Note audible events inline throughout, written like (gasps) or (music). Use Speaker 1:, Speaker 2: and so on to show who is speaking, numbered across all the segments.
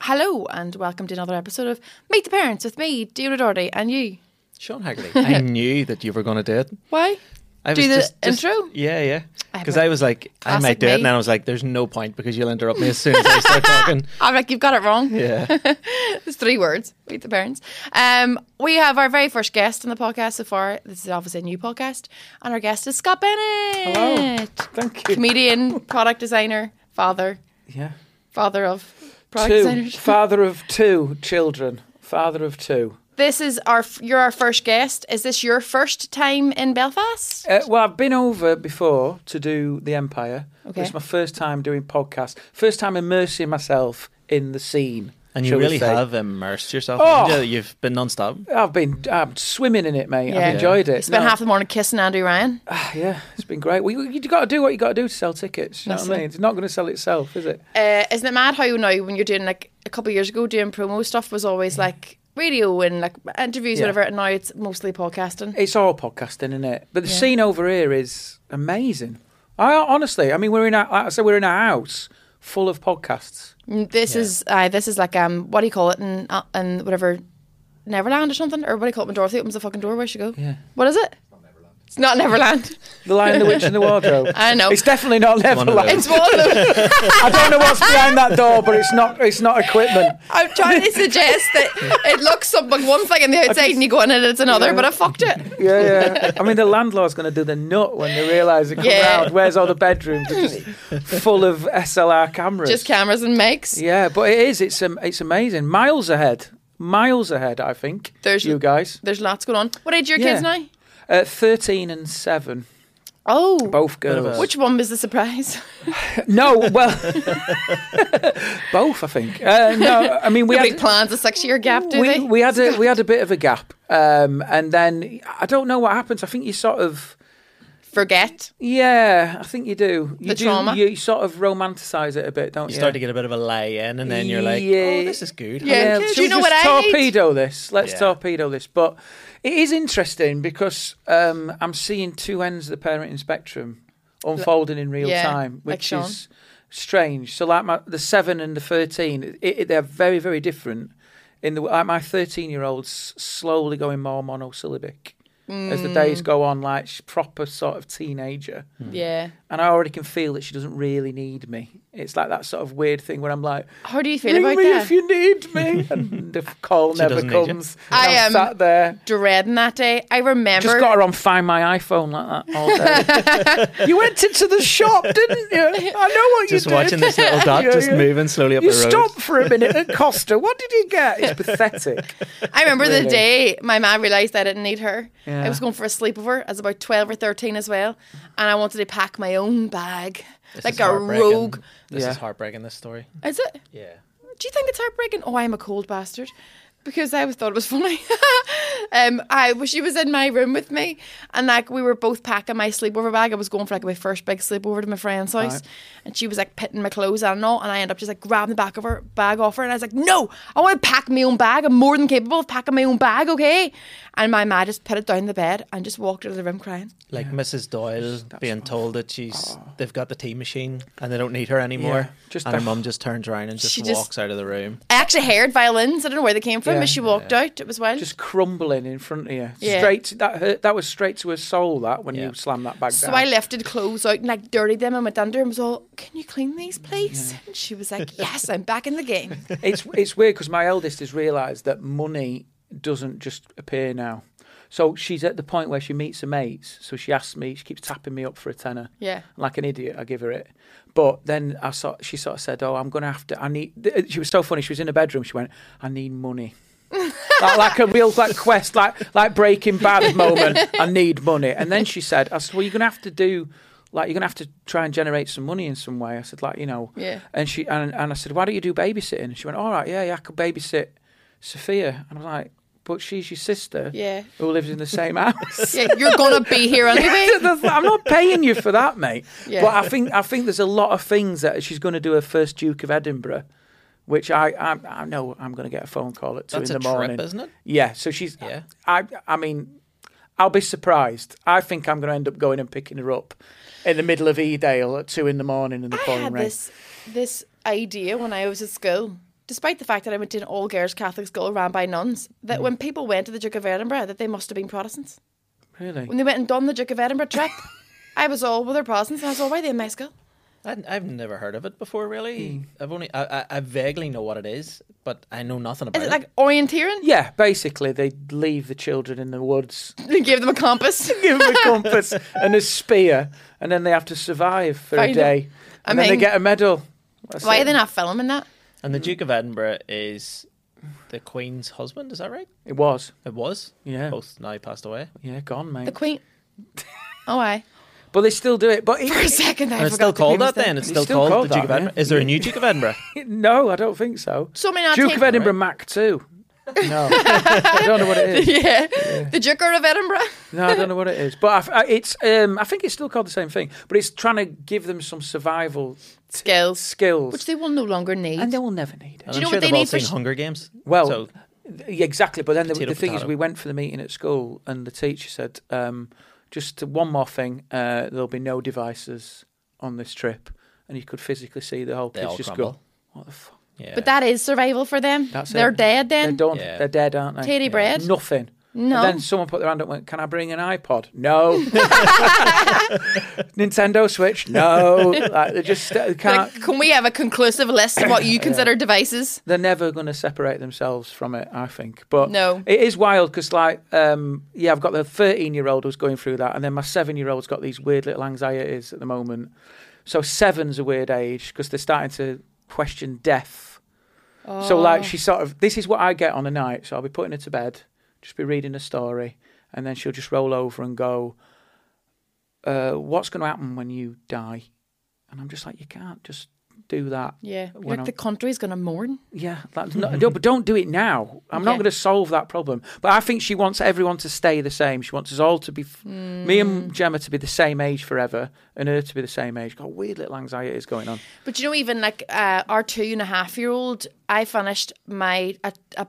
Speaker 1: Hello and welcome to another episode of Meet the Parents with me, Deirdre Doherty, and you.
Speaker 2: Sean Haggerty.
Speaker 1: (laughs)
Speaker 2: I knew that you were going to do it.
Speaker 1: Why?
Speaker 2: I
Speaker 1: Do
Speaker 2: was
Speaker 1: the intro?
Speaker 2: Yeah, yeah.
Speaker 1: have
Speaker 2: Because
Speaker 1: a
Speaker 2: I was like, I
Speaker 1: classic
Speaker 2: might do
Speaker 1: me.
Speaker 2: it, and then I was like, there's no point because you'll interrupt me as soon as
Speaker 1: (laughs)
Speaker 2: I start talking.
Speaker 1: I'm like, you've got it wrong. (laughs)
Speaker 2: Yeah.
Speaker 1: It's three words. Meet the parents. Um, we have our very first guest on the podcast so far. This is obviously a new podcast, and our guest is Scott Bennett.
Speaker 2: Thank you.
Speaker 1: Comedian, product designer, father,
Speaker 3: Yeah.
Speaker 1: father of product
Speaker 3: Two.
Speaker 1: designers.
Speaker 3: Father of two children. Father of two.
Speaker 1: This is our. You're our first guest. Is this your first time in Belfast?
Speaker 3: Uh, well, I've been over before to do The Empire.
Speaker 1: Okay.
Speaker 3: It's my first time doing podcasts. First time immersing myself in the scene.
Speaker 2: And you
Speaker 3: shall we
Speaker 2: really
Speaker 3: say.
Speaker 2: have immersed yourself.
Speaker 3: Oh.
Speaker 2: haven't you? You've been non-stop.
Speaker 3: I've been I'm swimming in it, mate.
Speaker 1: Yeah.
Speaker 3: I've enjoyed it.
Speaker 1: You spent
Speaker 3: No.
Speaker 1: half the morning kissing Andrew Ryan.
Speaker 3: Ah, yeah, it's been great. Well, you, you got to do what you got to do to sell tickets. You know what I
Speaker 1: That's it.
Speaker 3: mean? It's not going to sell itself, is it?
Speaker 1: uh, isn't it mad how you know when you're doing like a couple of years ago doing promo stuff was always like radio and like interviews
Speaker 3: Mm. Yeah.
Speaker 1: whatever and now it's mostly podcasting
Speaker 3: It's all podcasting, isn't it? But the
Speaker 1: Yeah.
Speaker 3: scene over here is amazing. I honestly, I mean, we're in. A, like I said, we're in a house full of podcasts.
Speaker 1: Mm, this is uh, this is like um what do you call it in uh, in whatever Neverland or something or what do you call it when Dorothy opens the fucking door where she go
Speaker 3: Yeah.
Speaker 1: what is it it's not Neverland (laughs)
Speaker 3: The Lion, the Witch, and the Wardrobe.
Speaker 1: I know.
Speaker 3: It's definitely not
Speaker 2: one of
Speaker 3: Neverland.
Speaker 1: it's one of
Speaker 3: (laughs)
Speaker 1: those
Speaker 3: I don't know what's behind that door, but it's not. It's not equipment.
Speaker 1: I'm trying to suggest that it looks something one thing on the outside and you go in and it's another but I fucked it
Speaker 3: (laughs) Yeah, yeah. I mean, the landlord's going to do the nut when they realise they come
Speaker 1: Yeah.
Speaker 3: round. Where's all the bedrooms? They're just full of SLR cameras.
Speaker 1: just cameras and mics
Speaker 3: yeah, but it is. It's um, it's amazing. Miles ahead. Miles ahead. I think.
Speaker 1: There's-
Speaker 3: you guys.
Speaker 1: there's lots going on what age are your kids
Speaker 3: Yeah.
Speaker 1: now
Speaker 3: Uh, Thirteen and seven.
Speaker 1: oh
Speaker 3: Both
Speaker 2: of
Speaker 3: girls.
Speaker 2: a-
Speaker 1: which one was the surprise
Speaker 3: No, well, (laughs) both. I think. Uh, no, I mean we
Speaker 1: Nobody
Speaker 3: had.
Speaker 1: plans a six-year gap, do
Speaker 3: we,
Speaker 1: they?
Speaker 3: we had a we had a bit of a gap, um, and then I don't know what happens. I think you sort of
Speaker 1: Forget.
Speaker 3: yeah, I think you do. You
Speaker 1: The
Speaker 3: do,
Speaker 1: trauma?
Speaker 3: You sort of romanticize it a bit, don't you?
Speaker 2: You start to get a bit of a lay in, and then you're like,
Speaker 3: Yeah.
Speaker 2: oh, this is good.
Speaker 1: Yeah.
Speaker 3: Yeah,
Speaker 1: Do
Speaker 3: should
Speaker 1: you
Speaker 3: we
Speaker 1: know
Speaker 3: just
Speaker 1: what I hate?
Speaker 3: torpedo this. Let's
Speaker 2: Yeah.
Speaker 3: torpedo this. But it is interesting because um, I'm seeing two ends of the parenting spectrum unfolding in real
Speaker 1: yeah,
Speaker 3: time,
Speaker 1: like
Speaker 3: which
Speaker 1: Sean.
Speaker 3: is strange. So, like my, the seven and the thirteen, it, it, they're very, very different. In the like my thirteen-year-old's slowly going more monosyllabic as the days
Speaker 1: Mm.
Speaker 3: go on, like she's proper sort of teenager
Speaker 1: Hmm. Yeah.
Speaker 3: and I already can feel that she doesn't really need me. It's like that sort of weird thing where I'm like,
Speaker 1: How do you feel
Speaker 3: "Ring
Speaker 1: about
Speaker 3: me
Speaker 1: that?
Speaker 3: if you
Speaker 1: (laughs)
Speaker 3: need me," and the call never
Speaker 2: doesn't need you.
Speaker 3: comes.
Speaker 1: I
Speaker 3: am
Speaker 1: am-
Speaker 3: sat there.
Speaker 1: Dreading that day. I remember.
Speaker 3: Just got her on Find My iPhone like that
Speaker 1: (laughs)
Speaker 3: all day. you went into the shop, didn't you? I know what
Speaker 2: Just
Speaker 3: you did.
Speaker 2: watching
Speaker 1: (laughs)
Speaker 2: this little dot
Speaker 3: Yeah,
Speaker 2: just
Speaker 3: yeah.
Speaker 2: moving slowly up
Speaker 3: You
Speaker 2: the road.
Speaker 3: stopped for a minute at Costa. What did you
Speaker 2: (laughs)
Speaker 3: get? It's pathetic.
Speaker 1: I remember the
Speaker 3: Really?
Speaker 1: day my mom realised I didn't need her. I
Speaker 3: Yeah.
Speaker 1: was going for a sleepover. I was about 12 or 13 as well. And I wanted to pack my own bag.
Speaker 2: This
Speaker 1: like
Speaker 2: is
Speaker 1: a
Speaker 2: heartbreaking.
Speaker 1: rogue.
Speaker 2: This
Speaker 3: Yeah.
Speaker 2: is heartbreaking. This story.
Speaker 1: Is it?
Speaker 2: Yeah.
Speaker 1: Do you think it's heartbreaking? Oh, I'm a cold bastard. Because I always thought it was (laughs) funny. um, I well, she was in my room with me, and like we were both packing my sleepover bag. I was going for like my first big sleepover to my friend's house,
Speaker 3: Right.
Speaker 1: and she was like pitting my clothes on and all, and I end up just like grabbing the back of her bag off her, and I was like, "No, I want to pack my own bag. I'm more than capable of packing my own bag, okay?" And my ma just put it down the bed and just walked out of the room crying.
Speaker 2: Like Mrs. Doyle being told that she's
Speaker 1: Oh.
Speaker 2: they've got the tea machine and they don't need her anymore.
Speaker 1: (laughs)
Speaker 3: Just
Speaker 2: and her
Speaker 3: the-
Speaker 2: mum just turns around and just
Speaker 1: She just-
Speaker 2: walks out of the room.
Speaker 1: I actually heard violins. I don't know where they came from,
Speaker 3: Yeah.
Speaker 1: but she walked out. It was wild.
Speaker 3: Just crumbling in front of you.
Speaker 1: Yeah.
Speaker 3: Straight that hurt, that was straight to her soul. That when
Speaker 2: Yeah.
Speaker 3: you slammed that back
Speaker 1: So
Speaker 3: down.
Speaker 1: I lifted clothes out and like dirtied them and went under and was all, "Can you clean these, please?" And she was like, "Yes, I'm back in the game."
Speaker 3: (laughs) it's it's weird because my eldest has realised that money doesn't just appear now. So she's at the point where she meets her mates. So she asks me, she keeps tapping me up for a tenner.
Speaker 1: Yeah.
Speaker 3: Like an idiot, I give her it. But then I sort, she sort of said, "Oh, I'm gonna have to. I need." th- She was so funny. She was in her bedroom. She went, "I need money." like, like a real like quest, like like Breaking Bad moment. I need money. And then she said, "I said, well, you're gonna have to do." Like you're gonna have to try and generate some money in some way. I said, like you know,
Speaker 1: Yeah.
Speaker 3: and she and, and I said, "Why don't you do babysitting?" And she went, "All right, yeah, yeah, I could babysit Sophia." And I'm like, "But she's your sister,
Speaker 1: Yeah.
Speaker 3: who lives in
Speaker 1: (laughs)
Speaker 3: the same house."
Speaker 1: Yeah, you're gonna be here
Speaker 3: (laughs)
Speaker 1: anyway.
Speaker 3: That's- I'm not paying you for that, mate.
Speaker 1: Yeah.
Speaker 3: But I think I think there's a lot of things that she's going to do. Her first Duke of Edinburgh, which I I, I know I'm going to get a phone call at two
Speaker 2: That's
Speaker 3: in
Speaker 2: a
Speaker 3: the morning,
Speaker 2: trip, isn't it?
Speaker 3: Yeah. So she's.
Speaker 2: Yeah.
Speaker 3: I I mean, I'll be surprised. I think I'm going to end up going and picking her up in the middle of Edale at two in the morning in the
Speaker 1: I
Speaker 3: pouring
Speaker 1: had
Speaker 3: rain.
Speaker 1: this this idea when I was at school. despite the fact that I went to an all girls Catholic school ran by nuns, that
Speaker 3: Mm.
Speaker 1: when people went to the Duke of Edinburgh, that they must have been Protestants.
Speaker 3: Really?
Speaker 1: When they went and done the Duke of Edinburgh trip,
Speaker 3: (laughs)
Speaker 1: I was all, well, they're Protestants. And I was all, why are they in my school?
Speaker 2: I, I've never heard of it before,
Speaker 3: Hmm.
Speaker 2: really. I've only I, I, I vaguely know what it is, but I know nothing about
Speaker 1: Is it like orienteering?
Speaker 3: Yeah, basically, they leave the children in the
Speaker 1: (laughs)
Speaker 3: woods,
Speaker 1: They gave them a compass.
Speaker 3: (laughs) give them a compass and a spear, and then they have to survive for
Speaker 1: Find
Speaker 3: a
Speaker 1: 'em.
Speaker 3: day.
Speaker 1: I
Speaker 3: And then they
Speaker 1: mean-
Speaker 3: get a medal. That's
Speaker 1: Why
Speaker 3: it.
Speaker 1: are they not filming that?
Speaker 2: And the Duke of Edinburgh is the Queen's husband. Is that right?
Speaker 3: It was.
Speaker 2: It was.
Speaker 3: Yeah.
Speaker 2: Both now passed away.
Speaker 3: Yeah, gone, mate.
Speaker 1: The
Speaker 3: (laughs)
Speaker 1: Queen. Oh, I.
Speaker 3: But they still do
Speaker 1: (laughs)
Speaker 3: it. But it,
Speaker 1: For a second, I
Speaker 2: And
Speaker 1: forgot
Speaker 2: it's still
Speaker 1: the
Speaker 2: called
Speaker 1: famous
Speaker 2: that.
Speaker 1: thing.
Speaker 2: Then it's
Speaker 3: It's
Speaker 2: still,
Speaker 3: still
Speaker 2: called,
Speaker 3: called
Speaker 2: the Duke of
Speaker 3: that,
Speaker 2: Edinburgh.
Speaker 3: yeah.
Speaker 2: Is there a new Duke
Speaker 1: (laughs)
Speaker 2: of Edinburgh?
Speaker 3: no, I don't think so.
Speaker 1: So may not
Speaker 3: Duke
Speaker 1: take-
Speaker 3: of Edinburgh
Speaker 1: (laughs)
Speaker 3: Mac 2. No. I don't know what it is.
Speaker 1: yeah. the Duker of Edinburgh.
Speaker 3: No, I don't know what it is. But I f- I, it's, um, I think it's still called the same thing. But it's trying to give them some survival
Speaker 1: Skills,
Speaker 3: skills,
Speaker 1: which they will no longer need.
Speaker 3: and they will never need it.
Speaker 2: And
Speaker 1: you
Speaker 2: I'm
Speaker 1: know
Speaker 2: sure
Speaker 1: what they
Speaker 2: they've all
Speaker 1: need for
Speaker 2: seen
Speaker 1: sh-
Speaker 2: Hunger Games.
Speaker 3: Well,
Speaker 2: Oh, so
Speaker 3: Yeah, exactly. But then the,
Speaker 2: Potato,
Speaker 3: the thing is,
Speaker 2: potato.
Speaker 3: we went for the meeting at school, and the teacher said, um, "Just one more thing. Uh, there'll be no devices on this trip." And you could physically see the whole
Speaker 2: They
Speaker 3: place
Speaker 2: all
Speaker 3: just
Speaker 2: crumble.
Speaker 3: go. What the fuck?
Speaker 2: yeah.
Speaker 1: But that is survival for them.
Speaker 3: That's it.
Speaker 1: They're dead
Speaker 3: They're
Speaker 1: then.
Speaker 3: done.
Speaker 2: Yeah.
Speaker 3: They're dead, aren't they?
Speaker 1: Teddy bread.
Speaker 3: Nothing.
Speaker 1: No.
Speaker 3: And then someone put their hand up and went, Can I bring an iPod?
Speaker 1: (laughs)
Speaker 3: No. (laughs) Nintendo Switch? No. Like, they just they can't.
Speaker 1: Like, can we have a conclusive list of
Speaker 3: (coughs)
Speaker 1: what you consider devices?
Speaker 3: They're never going to separate themselves from it, I think. But
Speaker 1: No.
Speaker 3: it is wild because, like, um, yeah, I've got the 13 year old who's going through that, and then my seven year old's got these weird little anxieties at the moment. So, seven's a weird age because they're starting to question death. So like she sort of this is what I get on a night. So I'll be putting her to bed, just be reading a story, and then she'll just roll over and go, uh, "What's going to happen when you die?" And I'm just like, "You can't just do that."
Speaker 1: Yeah.
Speaker 3: When
Speaker 1: Like
Speaker 3: I'm-
Speaker 1: the country's going to mourn.
Speaker 3: Yeah,
Speaker 1: (laughs)
Speaker 3: that's not, no, but don't do it now. I'm not
Speaker 1: Yeah.
Speaker 3: going to solve that problem. But I think she wants everyone to stay the same. She wants us all to be, f- me
Speaker 1: Hmm.
Speaker 3: and Gemma to be the same age forever, and her to be the same age. Got weird little anxieties going on.
Speaker 1: But you know, even like uh, our two and a half year old, I finished my a, a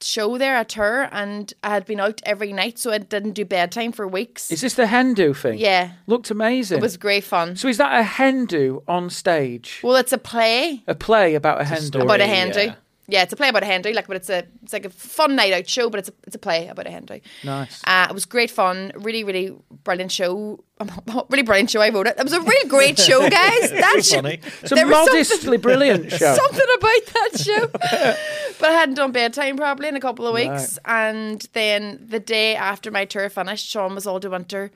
Speaker 1: show there, a tour, and I had been out every night, so I didn't do bedtime for weeks.
Speaker 3: Is this the hen do thing?
Speaker 1: yeah.
Speaker 3: looked amazing.
Speaker 1: It was great fun.
Speaker 3: So is that a hen do on stage?
Speaker 1: Well, it's a play
Speaker 3: A play about a hen do?
Speaker 2: story.
Speaker 1: about a
Speaker 2: yeah.
Speaker 1: Henry. Yeah. it's a play about a Henry, like, but it's a it's like a fun night out show, but it's a, it's a play about a Henry.
Speaker 3: Nice.
Speaker 1: Uh, it was great fun. Really, really brilliant show. (laughs) really brilliant show. I wrote it. It was a really great show, guys. That show,
Speaker 2: funny.
Speaker 3: It's a
Speaker 1: there was (laughs)
Speaker 3: modestly brilliant show.
Speaker 1: something about that show. (laughs) but I hadn't done bedtime probably in a couple of weeks. And then the day after my tour finished, Sean was all to winter.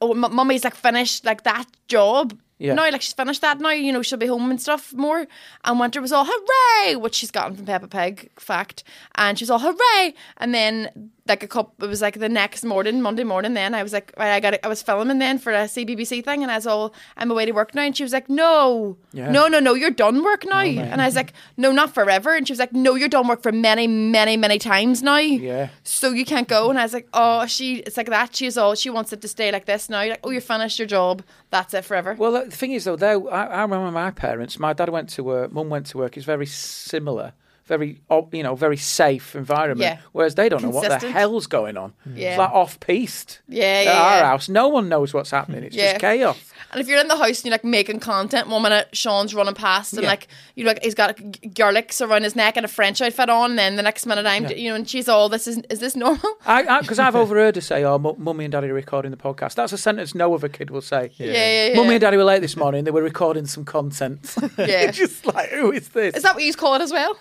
Speaker 1: Oh, m- mummy's like finished like that job.
Speaker 3: Yeah.
Speaker 1: Now, like she's finished that now, you know, she'll be home and stuff more. And Winter was all hooray, which she's gotten from Peppa Pig, fact. And she was all hooray. And then, like, a couple, it was like the next morning, Monday morning, then I was like, right, I got I was filming then for a CBBC thing. And I was all, I'm away to work now. And she was like, no,
Speaker 3: Yeah.
Speaker 1: "Oh, no, no, no, you're done
Speaker 3: Oh,
Speaker 1: work now. and I was like, no, not forever. And she was like, no, you're done work for many, many, many times now.
Speaker 3: Yeah.
Speaker 1: So you can't go. And I was like, oh, she, it's like that. She's all, she wants it to stay like this now. Like, oh, you're finished your job. That's it forever.
Speaker 3: Well, the thing is, though, though I, I remember my parents. My dad went to work. Mum went to work. It's very similar, very oh, you know, very safe environment.
Speaker 1: Yeah.
Speaker 3: Whereas they don't know what the
Speaker 1: Consistent.
Speaker 3: hell's going on.
Speaker 1: Yeah.
Speaker 3: It's like off piste.
Speaker 1: Yeah,
Speaker 3: At
Speaker 1: yeah,
Speaker 3: our
Speaker 1: yeah.
Speaker 3: house, no one knows what's happening. It's
Speaker 1: Yeah. (laughs)
Speaker 3: just chaos.
Speaker 1: and if you're in the house and you're like making content, one minute Sean's running past and
Speaker 3: Yeah.
Speaker 1: like, you like, he's got like, g- garlics around his neck and a French outfit on. And then the next minute I'm, you know, and she's all, this is, is this normal?
Speaker 3: I because I've overheard her say, "Oh, mu- mummy and daddy are recording the podcast." That's a sentence no other kid will say.
Speaker 1: (laughs) Yeah, yeah, yeah.
Speaker 3: Mummy and daddy were late this morning. They were recording some content.
Speaker 1: (laughs) Yeah.
Speaker 3: (laughs) just like, who is this?
Speaker 1: Is that what you call it as
Speaker 3: (laughs)
Speaker 1: well?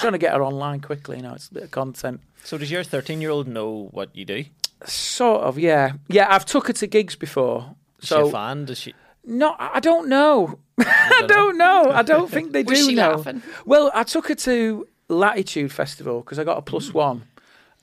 Speaker 3: trying to get her online quickly. You know, it's a bit of content.
Speaker 2: so does your thirteen-year-old know what you do? Is
Speaker 3: Sort of, yeah, yeah. I've took her to gigs before,
Speaker 2: she
Speaker 3: so
Speaker 2: a fan? Does she?
Speaker 3: no, I I don't know. (laughs) I don't know. I don't think they
Speaker 1: (laughs)
Speaker 3: do
Speaker 1: Was she
Speaker 3: know.
Speaker 1: laughing?
Speaker 3: Well, I took her to Latitude Festival because I got a plus one,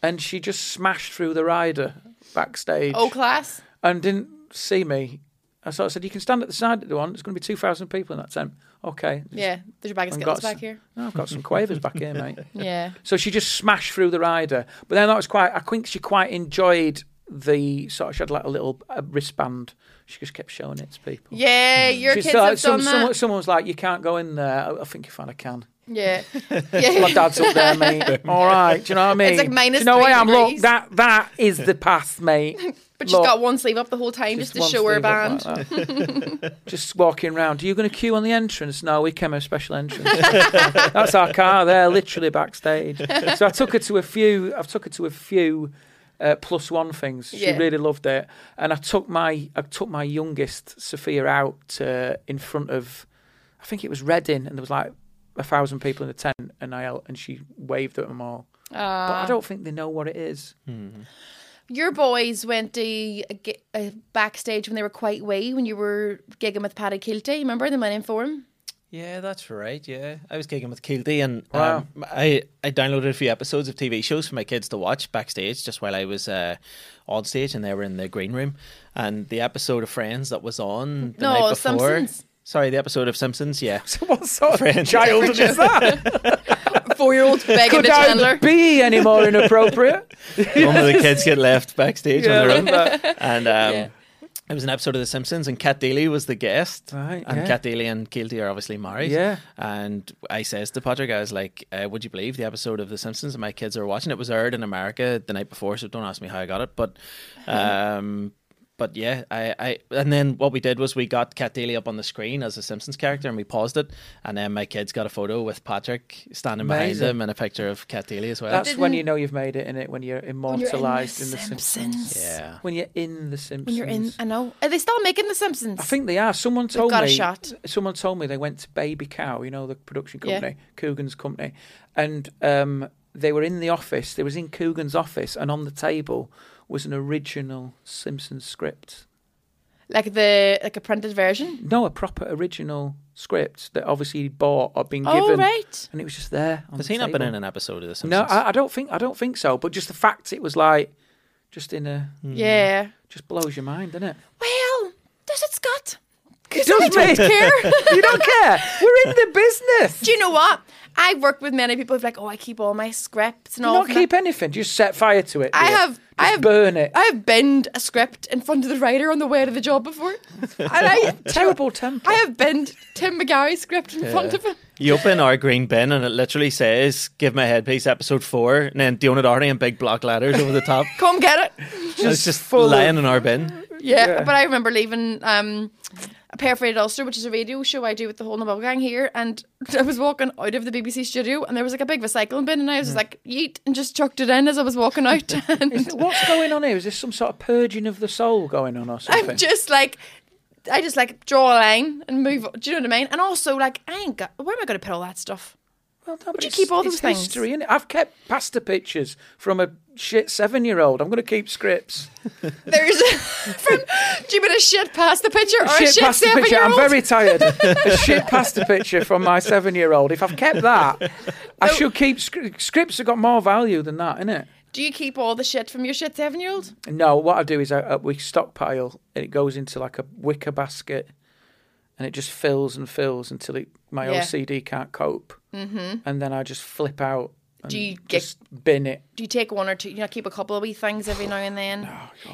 Speaker 3: and she just smashed through the rider backstage
Speaker 1: Oh,
Speaker 3: (laughs)
Speaker 1: class.
Speaker 3: and didn't see me. I sort of said, "You can stand at the side of the one. There's going to be two thousand people in that tent." Okay.
Speaker 1: Yeah. There's your bag of
Speaker 3: And
Speaker 1: skills
Speaker 3: got s-
Speaker 1: back here.
Speaker 3: No, I've got some quavers back here, mate.
Speaker 1: Yeah.
Speaker 3: So she just smashed through the rider. But then that was quite, I think she quite enjoyed the sort of, she had like a little uh wristband. She just kept showing it to people.
Speaker 1: Yeah, your
Speaker 3: She
Speaker 1: kids
Speaker 3: sort
Speaker 1: have
Speaker 3: of-
Speaker 1: done
Speaker 3: some-
Speaker 1: that.
Speaker 3: someone, someone was like, you can't go in there. I, I think you find I can. (laughs)
Speaker 1: Yeah.
Speaker 3: My
Speaker 1: yeah.
Speaker 3: dad's up there, mate. All right, do you know what I mean?
Speaker 1: It's like minus
Speaker 3: do you know
Speaker 1: three
Speaker 3: I am? Look,
Speaker 1: degrees.
Speaker 3: that that is the
Speaker 1: (laughs)
Speaker 3: path, mate.
Speaker 1: But she's
Speaker 3: Look,
Speaker 1: got one sleeve up the whole time just,
Speaker 3: one
Speaker 1: to show her
Speaker 3: sleeve up
Speaker 1: band.
Speaker 3: like that. just walking round. Are you going to queue on the entrance? No, we came a special entrance. (laughs) That's our car there, literally backstage. So I took her to a few. I've took her to a few. Uh, plus one things. She
Speaker 1: Yeah.
Speaker 3: really loved it, and I took my I took my youngest Sophia out uh, in front of, I think it was Reading, and there was like a thousand people in the tent, and I and she waved at them all. But I don't think they know what it is.
Speaker 1: Your boys went to a, gi- a backstage when they were quite wee when you were gigging with Paddy Kilty. Remember the Men in Forum?
Speaker 2: Yeah, that's right. Yeah, I was gigging with Kildy, and
Speaker 3: Wow.
Speaker 2: um, I I downloaded a few episodes of TV shows for my kids to watch backstage, just while I was uh, on stage, and they were in the green room. And the episode of Friends that was on the
Speaker 1: No,
Speaker 2: night before.
Speaker 1: Simpsons.
Speaker 2: Sorry, the episode of Simpsons. Yeah, (laughs)
Speaker 3: So what sort of
Speaker 2: Friends.
Speaker 3: child is (laughs) that?
Speaker 1: Four year
Speaker 3: (laughs)
Speaker 1: old begging
Speaker 3: Could
Speaker 1: to
Speaker 3: I
Speaker 1: Chandler.
Speaker 3: be any
Speaker 2: (laughs)
Speaker 3: more inappropriate?
Speaker 2: one where the kids get left backstage on their own.
Speaker 3: but-
Speaker 2: And um,
Speaker 1: Yeah.
Speaker 2: it was an episode of The Simpsons, and Kat Daly was the guest.
Speaker 3: Right,
Speaker 2: and
Speaker 3: yeah.
Speaker 2: Kat Daly and Keelty are obviously married.
Speaker 3: Yeah.
Speaker 2: And I says to Patrick, I was like, uh, "Would you believe the episode of The Simpsons that my kids are watching? It was aired in America the night before, so don't ask me how I got it." But,
Speaker 3: Hmm.
Speaker 2: um, but yeah, I, I and then what we did was we got Kat Daly up on the screen as a Simpsons character, and we paused it, and then my kids got a photo with Patrick standing
Speaker 3: Amazing.
Speaker 2: behind him and a picture of Kat Daly as well.
Speaker 3: (laughs) That's when
Speaker 1: Didn't-
Speaker 3: you know you've made it in it when you're
Speaker 1: When you're in
Speaker 3: immortalized
Speaker 1: the
Speaker 3: in the Simpsons.
Speaker 1: Simpsons.
Speaker 2: yeah.
Speaker 3: When you're in the Simpsons.
Speaker 1: When you're in, I know. Are they still making The Simpsons?
Speaker 3: I think they are. Someone
Speaker 1: They've
Speaker 3: told
Speaker 1: got a
Speaker 3: me.
Speaker 1: shot.
Speaker 3: Someone told me they went to Baby Cow, you know, the production
Speaker 1: Yeah.
Speaker 3: company, Coogan's company, and um, they were in the office. They was in Coogan's office, and on the table was an original Simpsons script.
Speaker 1: Like the like a printed version.
Speaker 3: No, a proper original script that obviously he bought or been given,
Speaker 1: Oh right.
Speaker 3: and it was just there. On
Speaker 2: Has
Speaker 3: the
Speaker 2: he not been
Speaker 3: table.
Speaker 2: in an episode of The Simpsons?
Speaker 3: No, I, I don't think I don't think so. But just the fact it was like just in a
Speaker 1: Yeah.
Speaker 3: just blows your
Speaker 1: (laughs)
Speaker 3: mind, doesn't it?
Speaker 1: Well, does it, Scott?
Speaker 3: It does, mate.
Speaker 1: Care.
Speaker 3: (laughs) you don't care. We're in the business.
Speaker 1: Do you know what? I work with many people who's like, oh, I keep all my scripts and
Speaker 3: You
Speaker 1: all.
Speaker 3: don't
Speaker 1: of that."
Speaker 3: keep anything. Just set fire to it.
Speaker 1: I
Speaker 3: dear.
Speaker 1: have-
Speaker 3: Just
Speaker 1: I have-
Speaker 3: burn it.
Speaker 1: I have binned a script in front of the writer on the way to the job before. and I,
Speaker 3: Terrible temper.
Speaker 1: I have binned Tim McGarry's script in front of him.
Speaker 2: You open our green bin and it literally says, Give my headpiece episode four, and then Diona Doherty and big block letters over the top.
Speaker 1: Come get it.
Speaker 2: And it's just
Speaker 3: full of-
Speaker 2: lying in our bin.
Speaker 1: Yeah,
Speaker 3: Yeah.
Speaker 1: but I remember leaving um, Perforated Ulster, which is a radio show I do with the whole Nobel gang here, and I was walking out of the BBC studio, and there was like a big recycling bin, and
Speaker 3: Mm.
Speaker 1: I was just like, yeet, and just chucked it in as I was walking out. (laughs) And
Speaker 3: What's going on here? Is this some sort of purging of the soul going on or something?
Speaker 1: I'm just like, I just like draw a line and move. Do you know what I mean? And also, like, I ain't got, where am I going to put all that
Speaker 3: (laughs)
Speaker 1: stuff?
Speaker 3: Well, no, but
Speaker 1: you
Speaker 3: it's-
Speaker 1: keep all
Speaker 3: it's
Speaker 1: those things?
Speaker 3: History, innit? I've kept pasta pictures from a shit seven-year-old. I'm going to keep scripts.
Speaker 1: There's from do you mean a shit past the picture or a shit
Speaker 3: pasta
Speaker 1: seven
Speaker 3: picture.
Speaker 1: year
Speaker 3: I'm
Speaker 1: old?
Speaker 3: very tired.
Speaker 1: (laughs)
Speaker 3: a shit pasta picture from my seven-year-old. If I've kept that, I should keep scri- scripts. Have got more value than that, innit?
Speaker 1: Do you keep all the shit from your shit seven year old?
Speaker 3: No, what I do is I, I, we stockpile and it goes into like a wicker basket and it just fills and fills until it, my
Speaker 1: Yeah.
Speaker 3: OCD can't cope. Mm-hmm. And then I just flip out and
Speaker 1: Do you get-
Speaker 3: just bin it.
Speaker 1: Do you take one or two? You know, keep a couple of wee things every now and then.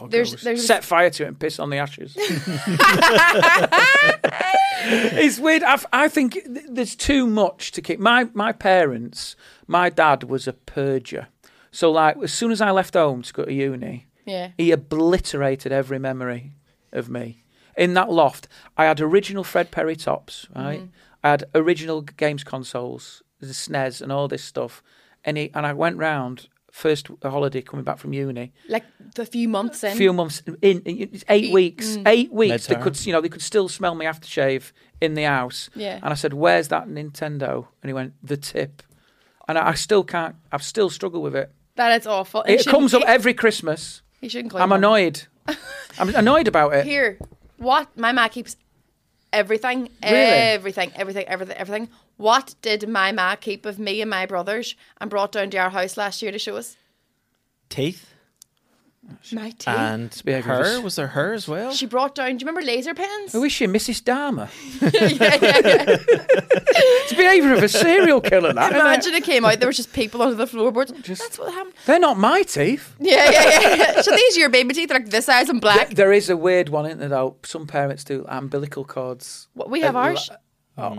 Speaker 1: there's there's
Speaker 3: Set fire to it and piss on the ashes. it's weird. I've, I think th- there's too much to keep. My my parents, my dad was a purger. So like, as soon as I left home to go to uni,
Speaker 1: yeah.
Speaker 3: he obliterated every memory of me. In that loft, I had original Fred Perry tops, right? I had original g- games consoles, the SNES, and all this stuff. And he, and I went round first holiday coming back from uni.
Speaker 1: Like the few months in.
Speaker 3: few months in, in it's eight weeks,
Speaker 1: mm.
Speaker 3: eight weeks. They
Speaker 2: Midterm.
Speaker 3: could, you know, they could still smell my aftershave in the house.
Speaker 1: Yeah.
Speaker 3: And I said, "Where's that Nintendo?" And he went, "The tip." And I, I still can't. I've still struggled with it.
Speaker 1: that is awful. And you
Speaker 3: It
Speaker 1: shouldn't-
Speaker 3: comes up
Speaker 1: you-
Speaker 3: every Christmas.
Speaker 1: You shouldn't call
Speaker 3: I'm
Speaker 1: him.
Speaker 3: annoyed.
Speaker 1: (laughs)
Speaker 3: I'm annoyed about it.
Speaker 1: Here, what my ma keeps everything, everything, everything, everything, everything. What did my ma keep of me and my brothers and brought down to our house last year to show us?
Speaker 2: Teeth.
Speaker 1: My teeth.
Speaker 2: And
Speaker 3: behaviour
Speaker 2: her,
Speaker 3: is-
Speaker 2: was there her as well?
Speaker 1: she brought down. Do you remember laser pens?
Speaker 3: Who is she, Mrs. Dharma?
Speaker 1: (laughs) yeah, yeah, yeah.
Speaker 3: It's the behaviour of a serial killer, that. isn't it?
Speaker 1: Imagine it came out. There was just people under the floorboards. That's what happened.
Speaker 3: They're not my teeth.
Speaker 1: Yeah, yeah, yeah. yeah. (laughs) so these are your baby teeth. They're like this size and black.
Speaker 3: There is a weird one, isn't there, though? Some parents do umbilical cords.
Speaker 1: What, we have ours. We have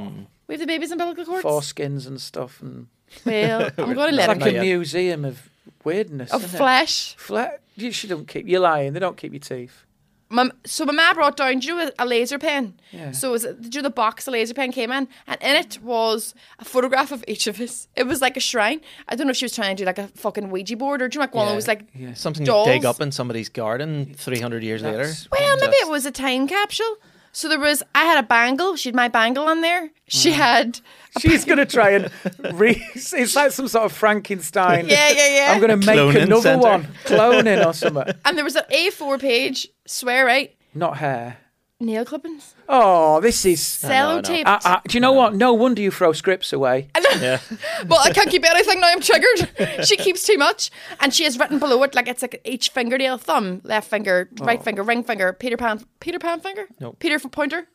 Speaker 1: the babies in umbilical cords.
Speaker 3: foreskins and stuff, and
Speaker 1: Well, I'm going to
Speaker 3: it's
Speaker 1: let them
Speaker 3: like
Speaker 2: Not
Speaker 3: a
Speaker 2: yet.
Speaker 3: museum of weirdness.
Speaker 1: of
Speaker 3: isn't it?
Speaker 1: flesh.
Speaker 3: Fle- you she don't keep. You're lying. They don't keep your teeth.
Speaker 1: My, so my ma brought down, do you know, a, a laser pen.
Speaker 3: Yeah.
Speaker 1: So it was, do you know the box a laser pen came in, and in it was a photograph of each of us. It was like a shrine. I don't know if she was trying to do like a fucking Ouija board or do you know, like one
Speaker 2: Yeah.
Speaker 1: that was like.
Speaker 3: Yeah.
Speaker 2: Something
Speaker 1: Dolls.
Speaker 2: you dig up in somebody's garden 300 years
Speaker 3: That's-
Speaker 2: later.
Speaker 1: Well, maybe
Speaker 2: Just-
Speaker 1: it was a time capsule. So there was, I had a bangle. She had my bangle on there. She
Speaker 2: (laughs)
Speaker 1: had,
Speaker 3: She's gonna
Speaker 1: (laughs)
Speaker 3: try and re. It's like some sort of Frankenstein.
Speaker 1: yeah, yeah, (laughs) yeah.
Speaker 3: I'm gonna make
Speaker 2: Cloning
Speaker 3: another
Speaker 2: centre.
Speaker 3: one, cloning
Speaker 1: (laughs)
Speaker 3: or something.
Speaker 1: and there was an A4 page, swear right,
Speaker 3: Not hair.
Speaker 1: nail clippings,
Speaker 3: Oh, this is.
Speaker 2: know, I know.
Speaker 1: sellotape.
Speaker 3: Uh, uh, do you know what? No wonder you throw scripts away.
Speaker 2: Yeah.
Speaker 1: well, I can't keep anything now. I'm triggered. she keeps too much, and she has written below it like it's like each fingernail, thumb, left finger, right finger, ring finger, Peter Pan, Peter Pan finger,
Speaker 2: Nope.
Speaker 1: Peter f- pointer.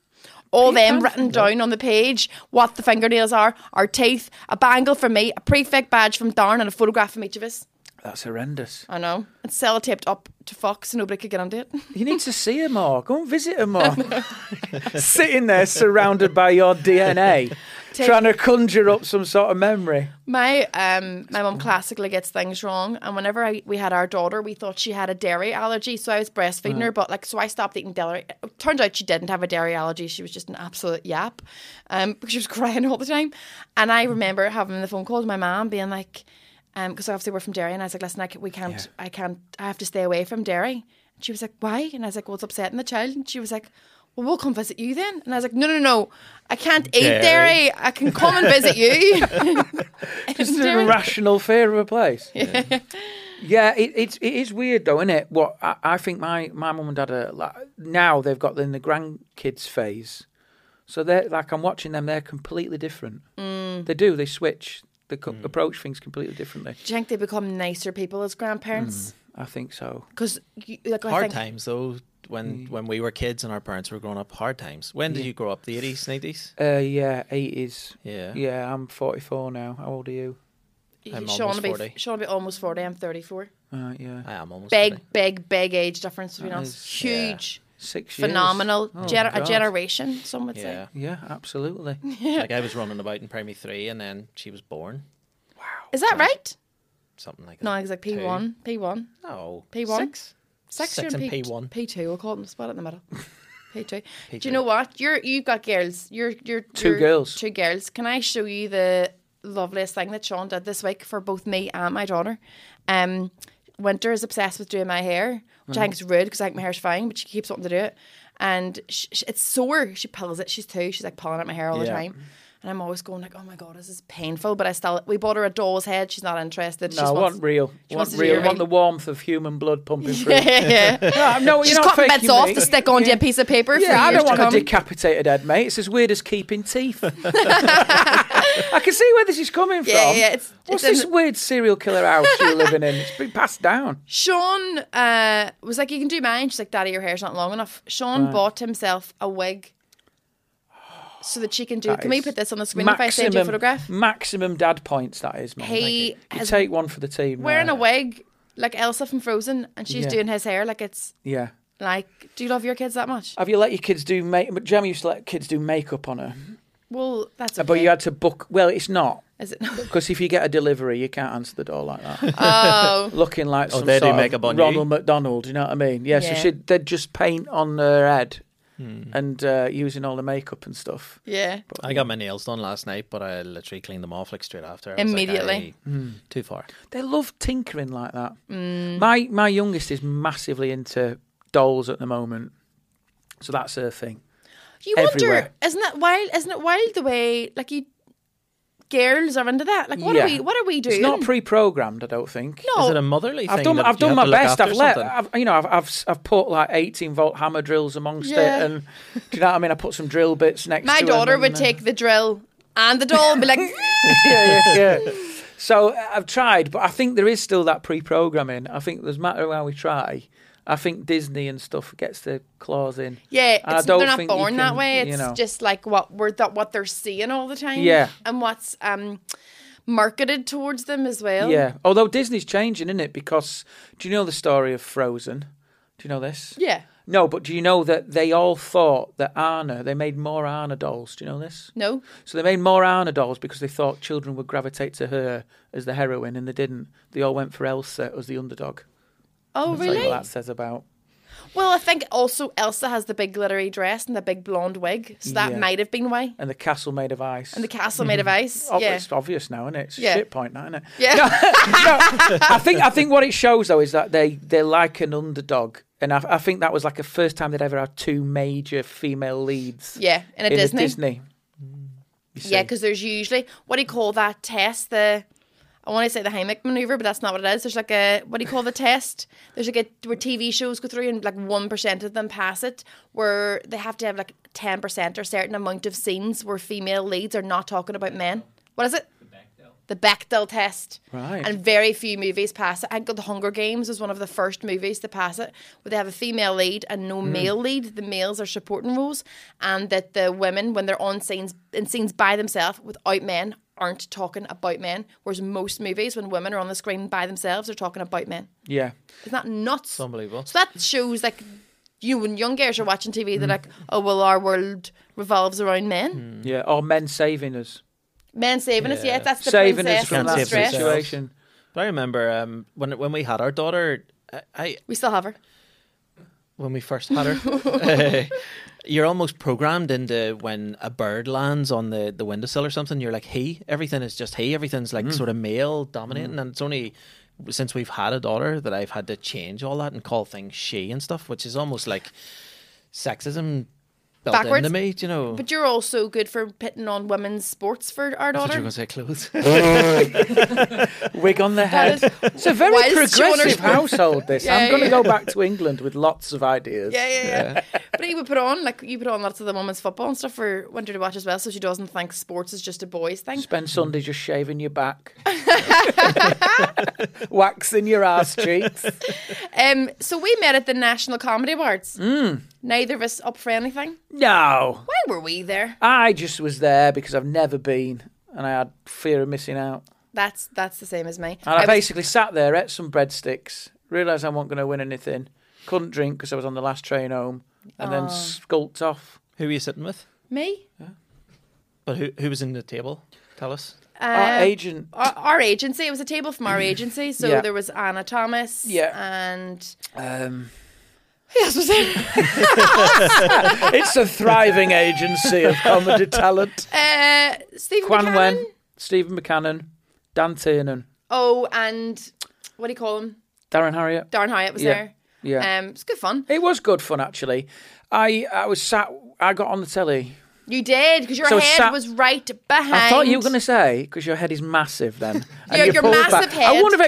Speaker 1: All them written down on the page, what the fingernails are, our teeth, a bangle from me, a prefect badge from Darn, and a photograph from each of us.
Speaker 3: That's horrendous.
Speaker 1: I know. It's sellotaped up to Fox, so nobody could get onto it.
Speaker 3: You need to see her more. Go and visit
Speaker 1: (laughs)
Speaker 3: her more. Sitting there surrounded by your DNA,
Speaker 1: Take-
Speaker 3: trying to conjure up some sort of memory.
Speaker 1: My um my mum classically gets things wrong, and whenever I, we had our daughter, we thought she had a dairy allergy, so I was breastfeeding her. But like, so I stopped eating dairy. It turned out she didn't have a dairy allergy; she was just an absolute yap, um, (laughs) because she was crying all the time. And I remember having the phone call to my mum, being like, um, because obviously we're from dairy, and I was like, listen, I ca- we can't, I can't, I have to stay away from dairy. And she was like, why? And I was like, well, it's upsetting the child. And she was like. Well, we'll come visit you then. And I was like, no, no, no. I can't eat
Speaker 2: Dairy.
Speaker 1: dairy. I can come and visit you.
Speaker 3: Just an
Speaker 1: Dairy.
Speaker 3: irrational fear of a place. Yeah, it, it's it is weird though, isn't it? What I, I think my my mum and dad are like, now they've got in the grandkids phase, so they're like I'm watching them. They're completely different.
Speaker 1: Mm.
Speaker 3: They do. They switch. They co- approach things completely differently.
Speaker 1: Do you think they become nicer people as grandparents?
Speaker 3: I think so.
Speaker 1: Because like I
Speaker 2: Hard
Speaker 1: think
Speaker 2: times, though, when, when we were kids and our parents were growing up. Hard times. When did you grow up? The 80s, 90s?
Speaker 3: Uh, yeah, eighties.
Speaker 2: Yeah.
Speaker 3: Yeah, I'm 44 now. How old are you?
Speaker 2: I'm
Speaker 1: Sean will
Speaker 2: almost
Speaker 1: be
Speaker 2: 40.
Speaker 1: Sean will be almost forty. I'm thirty four.
Speaker 3: Right, Uh, yeah,
Speaker 2: I am almost
Speaker 1: Big,
Speaker 2: 40.
Speaker 1: big, big age difference between
Speaker 3: That
Speaker 1: us.
Speaker 3: is-
Speaker 2: yeah.
Speaker 1: Huge,
Speaker 3: six years.
Speaker 1: phenomenal.
Speaker 3: Oh,
Speaker 1: Gener- a
Speaker 3: God.
Speaker 1: generation, some would
Speaker 2: Yeah.
Speaker 1: say.
Speaker 3: Yeah,
Speaker 1: (laughs)
Speaker 3: absolutely.
Speaker 2: Like I was running about in primary three, and then she was born.
Speaker 1: Is that right?
Speaker 2: Something like that.
Speaker 1: No, it's like P one, P one,
Speaker 2: No.
Speaker 1: P one.
Speaker 2: Six. Six and P1.
Speaker 1: P two. We'll call them spot it in the middle. P two. Do
Speaker 2: P2.
Speaker 1: you know what? You're you've got girls. You're you're
Speaker 3: 2
Speaker 1: you're-
Speaker 3: girls.
Speaker 1: Two girls. Can I show you the loveliest thing that Sean did this week for both me and my daughter? Um, Winter is obsessed with doing my hair, which I think is rude because I think my hair's fine, but she keeps wanting to do it, and sh sh it's sore. She pulls it. She's two. She's like pulling at my hair all the
Speaker 2: Yeah.
Speaker 1: time. And I'm always going like, oh my god, this is painful. But I still, we bought her a doll's head. She's not interested. She
Speaker 3: No, I
Speaker 1: just
Speaker 3: want
Speaker 1: wants,
Speaker 3: real.
Speaker 1: she
Speaker 3: want
Speaker 1: wants to
Speaker 3: real.
Speaker 1: do
Speaker 3: want
Speaker 1: it.
Speaker 3: the warmth of human blood
Speaker 1: (laughs)
Speaker 3: pumping through. No, no, you're
Speaker 1: She's
Speaker 3: not
Speaker 1: cutting
Speaker 3: faking
Speaker 1: bits off
Speaker 3: me.
Speaker 1: to stick onto a piece of paper. for
Speaker 3: Yeah, I
Speaker 1: years
Speaker 3: don't
Speaker 1: to
Speaker 3: want
Speaker 1: come.
Speaker 3: a decapitated head, mate. It's as weird as keeping teeth. (laughs) I can see where this is coming from.
Speaker 1: Yeah, yeah, it's-
Speaker 3: What's
Speaker 1: it's
Speaker 3: this
Speaker 1: in-
Speaker 3: weird serial killer house you're living in? It's been passed down.
Speaker 1: Sean uh, was like, "You can do mine." She's like, "Daddy, your hair's not long enough." Sean bought himself a wig so that she can do.
Speaker 3: That
Speaker 1: Can we
Speaker 3: is
Speaker 1: put this on the screen if I send you a photograph?
Speaker 3: maximum dad points. That is, man.
Speaker 1: He
Speaker 3: Thank you. you
Speaker 1: has-
Speaker 3: take one for the team.
Speaker 1: Wearing
Speaker 3: there.
Speaker 1: a wig like Elsa from Frozen, and she's
Speaker 3: Yeah.
Speaker 1: doing his hair like it's
Speaker 3: yeah.
Speaker 1: like. Do you love your kids that much?
Speaker 3: Have you let your kids do make? But Gemma used to let kids do makeup on her,
Speaker 1: Well, that's okay.
Speaker 3: Uh, but you had to book. Well, it's not
Speaker 1: Is
Speaker 3: (laughs)
Speaker 1: it? No.
Speaker 3: because if you get a delivery, you can't answer the door like that.
Speaker 1: Oh,
Speaker 3: looking like
Speaker 2: Oh,
Speaker 3: some
Speaker 2: they do
Speaker 3: sort of
Speaker 2: makeup on you?
Speaker 3: Ronald McDonald. You know what I mean? Yeah.
Speaker 1: Yeah.
Speaker 3: So she'd they'd just paint on her head
Speaker 2: Hmm.
Speaker 3: and uh, using all the makeup and stuff.
Speaker 1: yeah.
Speaker 2: I got my nails done last night, but I literally cleaned them off like straight after. I was like,
Speaker 1: Immediately.
Speaker 2: "Aye,
Speaker 3: Hmm.
Speaker 2: too far.
Speaker 3: They love tinkering like that.
Speaker 1: Mm.
Speaker 3: My my youngest is massively into dolls at the moment, so that's her thing.
Speaker 1: You wonder,
Speaker 3: Everywhere.
Speaker 1: isn't that wild? Isn't it wild the way like you girls are into that? Like, what
Speaker 3: Yeah.
Speaker 1: are we? What are we doing?
Speaker 3: It's not pre-programmed, I don't think.
Speaker 1: No.
Speaker 2: Is it a motherly
Speaker 3: I've
Speaker 2: thing?
Speaker 3: done.
Speaker 2: that
Speaker 3: I've
Speaker 2: you
Speaker 3: done
Speaker 2: have
Speaker 3: my
Speaker 2: to look
Speaker 3: best.
Speaker 2: after
Speaker 3: I've let.
Speaker 2: something?
Speaker 3: I've, you know, I've, I've I've put like eighteen volt hammer drills amongst
Speaker 1: Yeah.
Speaker 3: it, and do you know what I mean? I put some drill bits next.
Speaker 1: My
Speaker 3: to 'em
Speaker 1: daughter would
Speaker 3: and, uh,
Speaker 1: take the drill and the doll and be
Speaker 3: (laughs)
Speaker 1: like.
Speaker 3: yeah, yeah, yeah. So uh, I've tried, but I think there is still that pre-programming. I think there's matter how we try. I think Disney and stuff gets their claws in.
Speaker 1: Yeah,
Speaker 3: I
Speaker 1: it's,
Speaker 3: don't
Speaker 1: they're not
Speaker 3: think you
Speaker 1: born that
Speaker 3: can,
Speaker 1: way. It's
Speaker 3: you know.
Speaker 1: just like what we're th- what they're seeing all the time.
Speaker 3: Yeah.
Speaker 1: and what's um marketed towards them as well.
Speaker 3: Yeah. Although Disney's changing, isn't it? Because do you know the story of Frozen? Do you know this?
Speaker 1: yeah.
Speaker 3: No, but do you know that they all thought that Anna, they made more Anna dolls. Do you know this?
Speaker 1: No.
Speaker 3: So they made more Anna dolls because they thought children would gravitate to her as the heroine, and they didn't. They all went for Elsa as the underdog.
Speaker 1: Oh,
Speaker 3: That's
Speaker 1: really?
Speaker 3: what that says about.
Speaker 1: Well, I think also Elsa has the big glittery dress and the big blonde wig, so that
Speaker 3: Yeah.
Speaker 1: might have been why.
Speaker 3: And the castle made of ice.
Speaker 1: And the castle made
Speaker 3: (laughs)
Speaker 1: of ice.
Speaker 3: Oh,
Speaker 1: yeah.
Speaker 3: It's obvious now, isn't it? It's a
Speaker 1: Yeah.
Speaker 3: shit point now,
Speaker 1: (laughs)
Speaker 3: isn't it?
Speaker 1: Yeah.
Speaker 3: No, (laughs) no, I think I think what it shows though is that they they like an underdog, and I, I think that was like the first time they'd ever had two major female leads
Speaker 1: Yeah, in a
Speaker 3: in
Speaker 1: Disney.
Speaker 3: a Disney. You
Speaker 1: Yeah,
Speaker 3: see.
Speaker 1: because there's usually what do you call that test? The I want to say the Heimlich maneuver, but that's not what it is. There's like a what do you call the test? There's like a where TV shows go through and like one percent of them pass it, where they have to have like ten percent or certain amount of scenes where female leads are not talking about men. What is it? The Bechdel test,
Speaker 3: Right.
Speaker 1: And very few movies pass it. I think The Hunger Games was one of the first movies to pass it, where they have a female lead and no male lead. The males are supporting roles, and that the women, when they're on scenes in scenes by themselves without men, aren't talking about men. Whereas most movies, when women are on the screen by themselves, they're talking about men.
Speaker 3: yeah.
Speaker 1: Isn't that nuts?
Speaker 2: It's unbelievable.
Speaker 1: So that shows like you know, when young girls are watching TV, they're like, "Oh well, our world revolves around men.
Speaker 3: Yeah, or men saving us,
Speaker 1: Men saving us. Hmm. Yeah,
Speaker 2: Yeah.
Speaker 1: that's the
Speaker 3: saving
Speaker 1: princess
Speaker 3: us from
Speaker 1: in
Speaker 2: Can't
Speaker 3: that
Speaker 2: save
Speaker 1: distress.
Speaker 2: themselves.
Speaker 3: situation.
Speaker 2: But I remember um, when when we had our daughter, I, I
Speaker 1: We still have her.
Speaker 2: when we first had
Speaker 1: (laughs)
Speaker 2: her, (laughs) you're almost programmed into when a bird lands on the the windowsill or something. You're like he. Everything is just he. Everything's
Speaker 1: Mm.
Speaker 2: like sort of male dominating, and it's only since we've had a daughter that I've had to change all that and call things she and stuff, which is almost like sexism built
Speaker 1: Backwards.
Speaker 2: into me. Do you know?
Speaker 1: But you're also good for pitting on women's sports for our
Speaker 2: I thought you were
Speaker 1: daughter.
Speaker 2: going to say clothes. (laughs)
Speaker 3: Wig on the head.
Speaker 1: That is-
Speaker 3: It's a very
Speaker 1: Why is Joan
Speaker 3: progressive
Speaker 1: Armstrong-
Speaker 3: household. This.
Speaker 1: Yeah,
Speaker 3: I'm going to
Speaker 1: yeah.
Speaker 3: go back to England with lots of ideas.
Speaker 1: yeah, yeah, yeah. but he would put on like you put on lots of the women's football and stuff for Winter to watch as well, so she doesn't think sports is just a boys' thing.
Speaker 3: Spend Sunday just shaving your back,
Speaker 1: (laughs)
Speaker 3: waxing your ass cheeks.
Speaker 1: Um, so we met at the National Comedy Awards. Neither of us up for anything.
Speaker 3: No,
Speaker 1: Why were we there?
Speaker 3: I just was there because I've never been and I had fear of missing out.
Speaker 1: That's that's the same as me.
Speaker 3: And I,
Speaker 1: I was-
Speaker 3: basically sat there, ate some breadsticks, realised I wasn't going to win anything, couldn't drink because I was on the last train home, and
Speaker 1: Oh.
Speaker 3: then skulked off.
Speaker 2: who were you sitting with?
Speaker 1: me.
Speaker 2: But who who was in the table? Tell us.
Speaker 3: Our
Speaker 1: Um,
Speaker 3: agent.
Speaker 1: our, our agency. It was a table from our agency. So
Speaker 3: Yeah.
Speaker 1: there was Anna Thomas.
Speaker 3: Yeah.
Speaker 1: And
Speaker 3: Um,
Speaker 1: yes, was it?
Speaker 3: it's a thriving agency of comedy talent.
Speaker 1: Uh, Stephen
Speaker 3: Quan
Speaker 1: Buchanan?
Speaker 3: Wen, Stephen McCannon, Dan Tiernan,
Speaker 1: Oh, and what do you call him?
Speaker 3: Darren Harriott.
Speaker 1: Darren Hyatt was
Speaker 3: Yeah.
Speaker 1: there.
Speaker 3: Yeah.
Speaker 1: Um, it's good fun.
Speaker 3: It was good fun, actually. I, I was sat, I got on the telly.
Speaker 1: You did because your
Speaker 3: So
Speaker 1: head
Speaker 3: sat-
Speaker 1: was right behind.
Speaker 3: I thought you were going to say because your head is
Speaker 1: (laughs)
Speaker 3: massive then. and
Speaker 1: Yeah,
Speaker 3: you
Speaker 1: your
Speaker 3: pulled
Speaker 1: massive
Speaker 3: back.
Speaker 1: head.
Speaker 3: I wouldn't have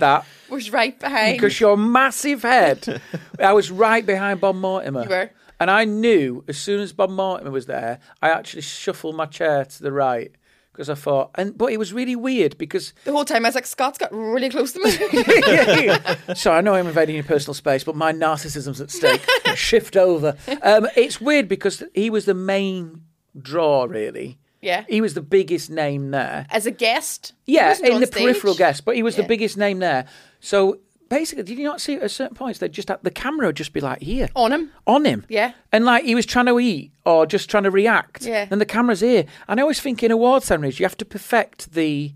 Speaker 1: (laughs)
Speaker 3: that
Speaker 1: was right behind.
Speaker 3: because your massive head. I was right behind Bob Mortimer.
Speaker 1: You were.
Speaker 3: And I knew as soon as Bob Mortimer was there, I actually shuffled my chair to the right because I thought, and but it was really weird because
Speaker 1: the whole time I was like, Scott's got really close to
Speaker 3: (laughs)
Speaker 1: me. (laughs)
Speaker 3: Sorry, I know I'm invading your personal space, but my narcissism's at
Speaker 1: (laughs)
Speaker 3: stake. Shift over. Um, it's weird because he was the main draw, really.
Speaker 1: yeah.
Speaker 3: He was the biggest name there.
Speaker 1: As a guest. He
Speaker 3: Yeah,
Speaker 1: wasn't
Speaker 3: in
Speaker 1: on
Speaker 3: the
Speaker 1: stage.
Speaker 3: peripheral guest, but he was
Speaker 1: Yeah.
Speaker 3: the biggest name there. So basically, did you not see at certain points they just had, the camera would just be like here
Speaker 1: On him.
Speaker 3: on him,
Speaker 1: Oh. Yeah.
Speaker 3: and like he was trying to eat or just trying to react,
Speaker 1: Yeah.
Speaker 3: and the camera's here. And I always think in award ceremonies you have to perfect the.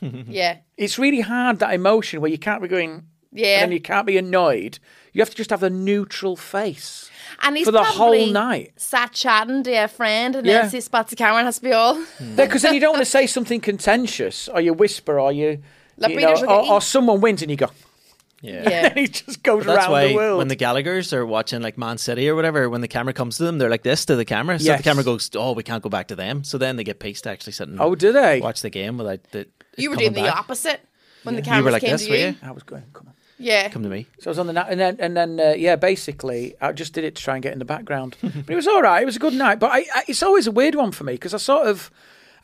Speaker 2: Mm-hmm.
Speaker 1: Yeah.
Speaker 3: It's really hard that emotion where you can't be going.
Speaker 1: Yeah.
Speaker 3: And then you can't be annoyed. You have to just have a neutral face.
Speaker 1: And he's
Speaker 3: for the whole
Speaker 1: probably
Speaker 3: night.
Speaker 1: sat chatting to a friend, and
Speaker 3: Yeah.
Speaker 1: then sees spots the camera and has to be
Speaker 3: (laughs)
Speaker 1: all.
Speaker 3: Because then you don't want to say something contentious or you whisper or you.
Speaker 1: Like
Speaker 3: you know,
Speaker 1: readers will get
Speaker 3: or, or
Speaker 1: eat.
Speaker 3: someone wins and you go.
Speaker 1: e
Speaker 3: (laughs)
Speaker 1: Yeah.
Speaker 3: And he just goes
Speaker 2: But that's
Speaker 3: around
Speaker 2: why
Speaker 3: the world.
Speaker 2: when the Gallagher's are watching like Man City or whatever, when the camera comes to them, they're like this to the camera. So
Speaker 3: Yes.
Speaker 2: the camera goes, "Oh, we can't go back to them." So then they get pissed to actually sit and
Speaker 3: oh, do they?
Speaker 2: watch the game without the.
Speaker 1: You were doing
Speaker 2: coming
Speaker 1: the
Speaker 2: back.
Speaker 1: opposite when the
Speaker 2: You
Speaker 1: cameras
Speaker 2: were like
Speaker 1: came
Speaker 2: this,
Speaker 1: to
Speaker 2: were
Speaker 1: you.
Speaker 2: you?
Speaker 3: I was going, come on.
Speaker 1: Yeah.
Speaker 2: Come to me.
Speaker 3: So I was on the night, and then and then uh, yeah, basically I just did it to try and get in the
Speaker 2: (laughs)
Speaker 3: background. but it was all right. It was a good night. But I, I, it's always a weird one for me because I sort of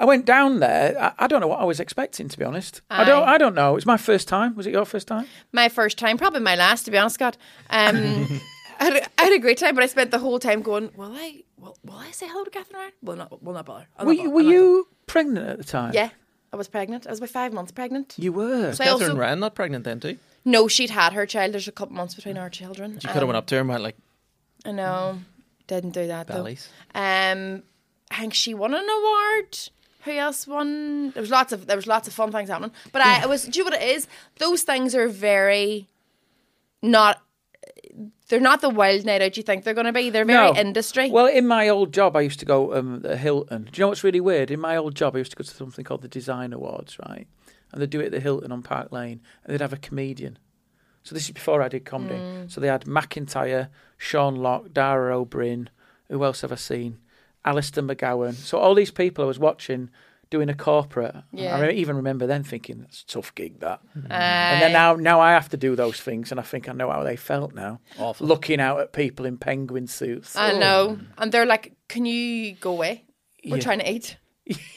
Speaker 3: I went down there. I, I don't know what I was expecting to be honest. I don't.
Speaker 1: Aye.
Speaker 3: I don't know. It's my first time. Was it your first time?
Speaker 1: my first time, probably my last, to be honest, Scott.
Speaker 2: (laughs)
Speaker 1: Um, I, had a, I had a great time, but I spent the whole time going, "Will I? Will, will I say hello to Catherine Ryan? Will not? Will not bother." I'll
Speaker 3: Were
Speaker 1: not
Speaker 3: you,
Speaker 1: bother.
Speaker 3: were
Speaker 1: I'll not
Speaker 3: you pregnant at the time?
Speaker 1: bother." Yeah, I was pregnant. I was about five months pregnant.
Speaker 3: you were.
Speaker 1: So I
Speaker 2: Catherine
Speaker 1: also-
Speaker 2: Ryan not pregnant then too.
Speaker 1: No, she'd had her child. There's a couple months between our children.
Speaker 2: You could have went up to her and went like
Speaker 1: I know. Didn't do that
Speaker 2: bellies.
Speaker 1: though. Um, I think she won an award. Who else won? There was lots of there was lots of fun things happening. But I, it was. Do you know what it is? Those things are very not. They're not the wild night out you think they're going to be. They're very industry.
Speaker 3: Well, in my old job, I used to go um, at Hilton. Do you know what's really weird? In my old job, I used to go to something called the Design Awards, right? And they'd do it at the Hilton on Park Lane, and they'd have a comedian. So this is before I did comedy.
Speaker 1: Mm.
Speaker 3: So they had McIntyre, Sean Locke, Dara O'Brien. Who else have I seen? Alistair McGowan. So all these people I was watching doing a corporate.
Speaker 1: Yeah.
Speaker 3: I re- even remember then thinking, that's a tough gig, that.
Speaker 1: Aye.
Speaker 3: And then now, now I have to do those things, and I think I know how they felt now.
Speaker 2: Awful.
Speaker 3: Looking out at people in penguin suits.
Speaker 1: I know, and they're like, "Can you go away? We're
Speaker 3: Yeah.
Speaker 1: trying to eat."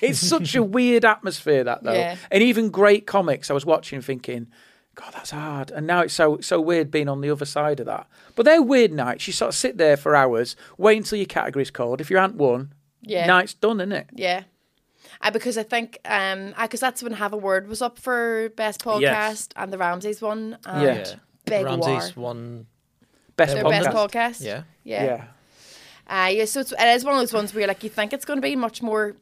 Speaker 3: it's such a weird atmosphere that though,
Speaker 1: Yeah.
Speaker 3: and even great comics I was watching thinking, God, that's hard. And now it's so so weird being on the other side of that. But they're weird nights. You sort of sit there for hours, wait until your category's called. If you aren't won,
Speaker 1: Yeah.
Speaker 3: night's done, isn't it?
Speaker 1: Yeah. I, because I think um because that's when Have a Word was up for best podcast
Speaker 3: Yes.
Speaker 1: and the Ramses one and
Speaker 3: Yeah.
Speaker 1: Big
Speaker 2: Ramsey's
Speaker 1: War.
Speaker 2: one.
Speaker 3: Best
Speaker 1: Their
Speaker 3: podcast.
Speaker 1: best podcast.
Speaker 2: Yeah.
Speaker 1: Yeah.
Speaker 3: Yeah.
Speaker 1: Yeah. Uh, yeah, so it's, it is one of those ones where like you think it's going to be much more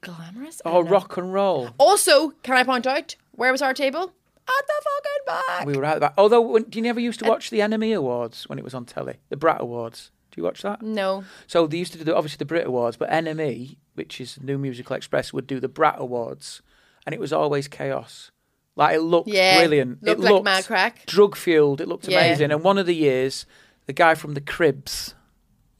Speaker 1: glamorous. I
Speaker 3: Oh,
Speaker 1: don't know.
Speaker 3: rock and roll.
Speaker 1: Also, can I point out where was our table? At the fucking back.
Speaker 3: We were out of that. Although, when, do you never used to watch the Enemy Awards when it was on telly? The Brat Awards. Do you watch that?
Speaker 1: no.
Speaker 3: So they used to do the, obviously the Brit Awards, but NME, which is New Musical Express, would do the Brat Awards, and it was always chaos. Like it looked
Speaker 1: Yeah,
Speaker 3: brilliant.
Speaker 1: looked
Speaker 3: it
Speaker 1: like
Speaker 3: looked
Speaker 1: mad crack.
Speaker 3: drug fueled. It looked
Speaker 1: Yeah.
Speaker 3: amazing. And one of the years, the guy from the Cribs,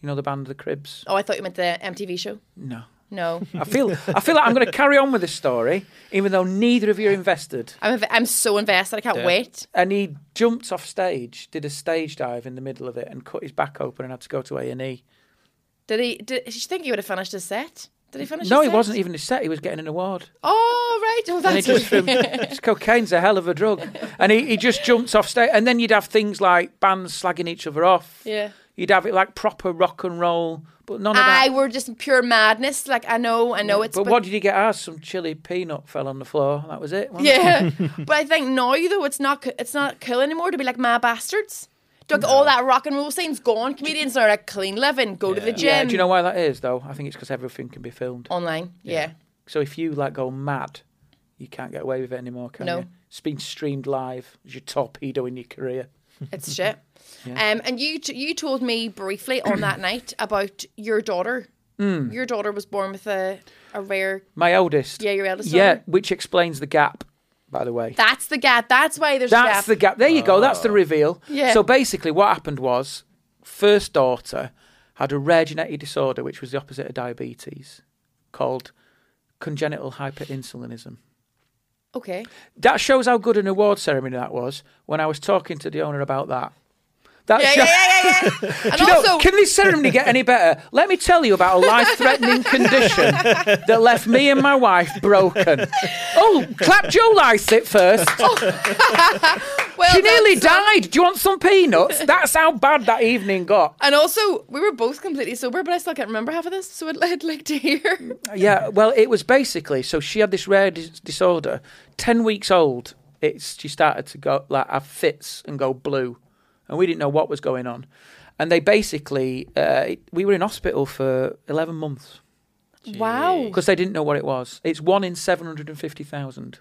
Speaker 3: you know the band the Cribs.
Speaker 1: Oh, I thought you meant the MTV show.
Speaker 3: No,
Speaker 1: No. (laughs)
Speaker 3: I feel I feel like I'm going to carry on with this story, even though neither of you are invested.
Speaker 1: I'm, inv- I'm so invested. I can't
Speaker 2: Yeah.
Speaker 1: wait.
Speaker 3: And he jumped off stage, did a stage dive in the middle of it, and cut his back open, and had to go to A and E.
Speaker 1: Did he? Did, did you think he would have finished his set? Did he finish?
Speaker 3: No,
Speaker 1: his
Speaker 3: he
Speaker 1: set?
Speaker 3: wasn't even a set. He was getting an award.
Speaker 1: Oh right. Oh,
Speaker 3: and he
Speaker 1: that's (laughs)
Speaker 3: just from cocaine's a hell of a drug, and he, he just jumps off stage. And then you'd have things like bands slagging each other off.
Speaker 1: Yeah.
Speaker 3: you'd have it like proper rock and roll, but none of
Speaker 1: I
Speaker 3: that.
Speaker 1: were just pure madness. Like I know, I know it's.
Speaker 3: but, what did you get asked? Some chili peanut fell on the floor. That was it. wasn't
Speaker 1: (laughs)
Speaker 3: it? (laughs)
Speaker 1: Yeah, but I think now though it's not co- it's not cool anymore to be like mad bastards. Like all that rock and roll scene's gone. Comedians are like clean living, go to the
Speaker 2: Yeah.
Speaker 1: gym,
Speaker 3: Yeah, do you know why that is though? I think it's because everything can be filmed.
Speaker 1: online. Yeah,
Speaker 3: So if you like go mad, you can't get away with it anymore, can
Speaker 1: No.
Speaker 3: you? It's been streamed live. It's your torpedo in your career.
Speaker 1: it's
Speaker 3: (laughs)
Speaker 1: shit. Um, and you t- you told me briefly on
Speaker 3: (clears throat)
Speaker 1: that night about your daughter.
Speaker 3: Hmm.
Speaker 1: Your daughter was born with a a rare.
Speaker 3: My oldest.
Speaker 1: Yeah, your eldest
Speaker 3: Yeah,
Speaker 1: daughter.
Speaker 3: which explains the gap, by the way.
Speaker 1: That's the gap. That's why there's
Speaker 3: That's
Speaker 1: a
Speaker 3: the
Speaker 1: gap.
Speaker 3: gap. There you go. That's the reveal.
Speaker 1: Yeah.
Speaker 3: So basically, what happened was, first daughter had a rare genetic disorder, which was the opposite of diabetes, called congenital hyperinsulinism.
Speaker 1: okay.
Speaker 3: That shows how good an award ceremony that was. When I was talking to the owner about that, that
Speaker 1: Yeah,
Speaker 3: sho-
Speaker 1: yeah, yeah, yeah.
Speaker 3: (laughs)
Speaker 1: yeah. and
Speaker 3: Do you
Speaker 1: also,
Speaker 3: know, can this ceremony get any better? Let me tell you about
Speaker 1: (laughs)
Speaker 3: a life-threatening condition that left me and my wife broken. Oh, clapped your lice it first.
Speaker 1: well,
Speaker 3: She nearly
Speaker 1: that's-
Speaker 3: died. Do you want some peanuts? (laughs) That's how bad that evening got.
Speaker 1: And also, we were both completely sober, but I still can't remember half of this. So I'd, (laughs) I'd like to hear.
Speaker 3: Yeah, well, it was basically so she had this rare dis- disorder. Ten weeks old, it's she started to go like have fits and go blue, and we didn't know what was going on. And they basically, uh, it- we were in hospital for eleven months
Speaker 1: Wow.
Speaker 3: because they didn't know what it was. It's one in seven hundred and fifty thousand.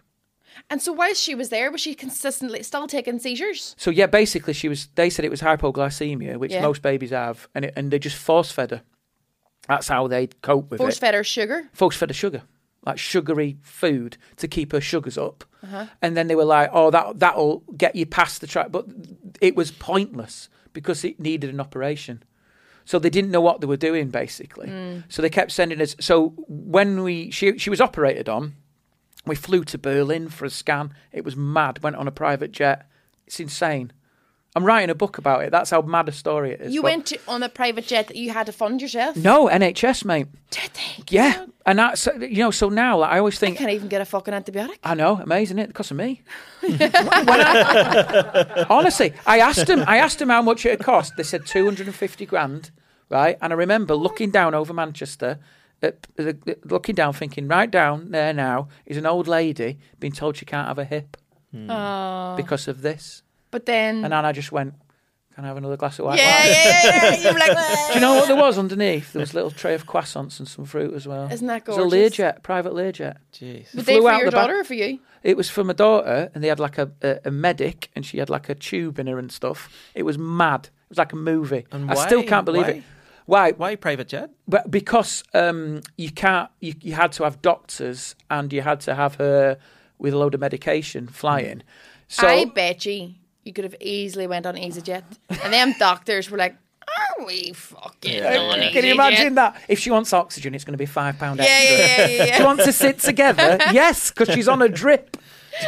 Speaker 1: And so while she was there, was she consistently still taking seizures?
Speaker 3: So yeah, basically she was. They said it was hypoglycemia, which
Speaker 1: Yeah.
Speaker 3: most babies have, and it, and they just force fed her. That's how they cope with
Speaker 1: Force
Speaker 3: it.
Speaker 1: fed her sugar.
Speaker 3: folks fed her sugar, like sugary food to keep her sugars up.
Speaker 1: Uh-huh.
Speaker 3: And then they were like, "Oh, that that'll get you past the track," but it was pointless because it needed an operation. So they didn't know what they were doing basically.
Speaker 1: Mm.
Speaker 3: So they kept sending us. So when we she she was operated on, we flew to Berlin for a scan. It was mad. Went on a private jet. It's insane. I'm writing a book about it. That's how mad a story it is.
Speaker 1: You
Speaker 3: But-
Speaker 1: went to, on a private jet that you had to fund yourself.
Speaker 3: No NHS, mate.
Speaker 1: Did they?
Speaker 3: Yeah, and that's you know. So now, like, I always
Speaker 1: I
Speaker 3: think
Speaker 1: can't even get a fucking antibiotic.
Speaker 3: I know, amazing, isn't it? Because
Speaker 1: (laughs)
Speaker 3: of me. When I- honestly, I asked him. I asked him how much it had cost. They said two hundred and fifty grand, right? And I remember looking down over Manchester, uh, at, at- looking down, thinking, right down there now is an old lady being told she can't have a hip.
Speaker 1: Oh.
Speaker 3: because of this.
Speaker 1: but then.
Speaker 3: Mm. And Anna just went, Can I have another glass of
Speaker 1: yeah,
Speaker 3: white
Speaker 1: yeah,
Speaker 3: wine?
Speaker 1: yeah, yeah. You're
Speaker 3: (laughs)
Speaker 1: like,
Speaker 3: Do you know what there was underneath? There was a little tray of croissants and some fruit as well.
Speaker 1: Isn't that
Speaker 3: It was a
Speaker 1: gorgeous?
Speaker 3: Learjet, private Learjet.
Speaker 2: Jeez.
Speaker 1: But they
Speaker 3: flew
Speaker 1: for
Speaker 3: out
Speaker 1: your
Speaker 3: the back-
Speaker 1: daughter or for you?
Speaker 3: It was for my daughter, and they had like a, a, a medic, and she had like a tube in her and stuff. It was mad. It was like a movie.
Speaker 2: And
Speaker 3: I
Speaker 2: why-
Speaker 3: still can't believe
Speaker 2: why?
Speaker 3: it. Why?
Speaker 2: Why private jet?
Speaker 3: But because um, you can't, you, you had to have doctors, and you had to have her with a load of medication flying. So
Speaker 1: I bet you you could have easily went on EasyJet, and
Speaker 3: (laughs)
Speaker 1: them doctors were like, "Are we fucking on EasyJet?"
Speaker 3: can you imagine that? If she wants oxygen, it's going to be five pound
Speaker 1: Yeah,
Speaker 3: extra.
Speaker 1: yeah, yeah,
Speaker 3: (laughs)
Speaker 1: yeah.
Speaker 3: Do you want to
Speaker 1: (laughs)
Speaker 3: sit together? yes, because she's on a drip.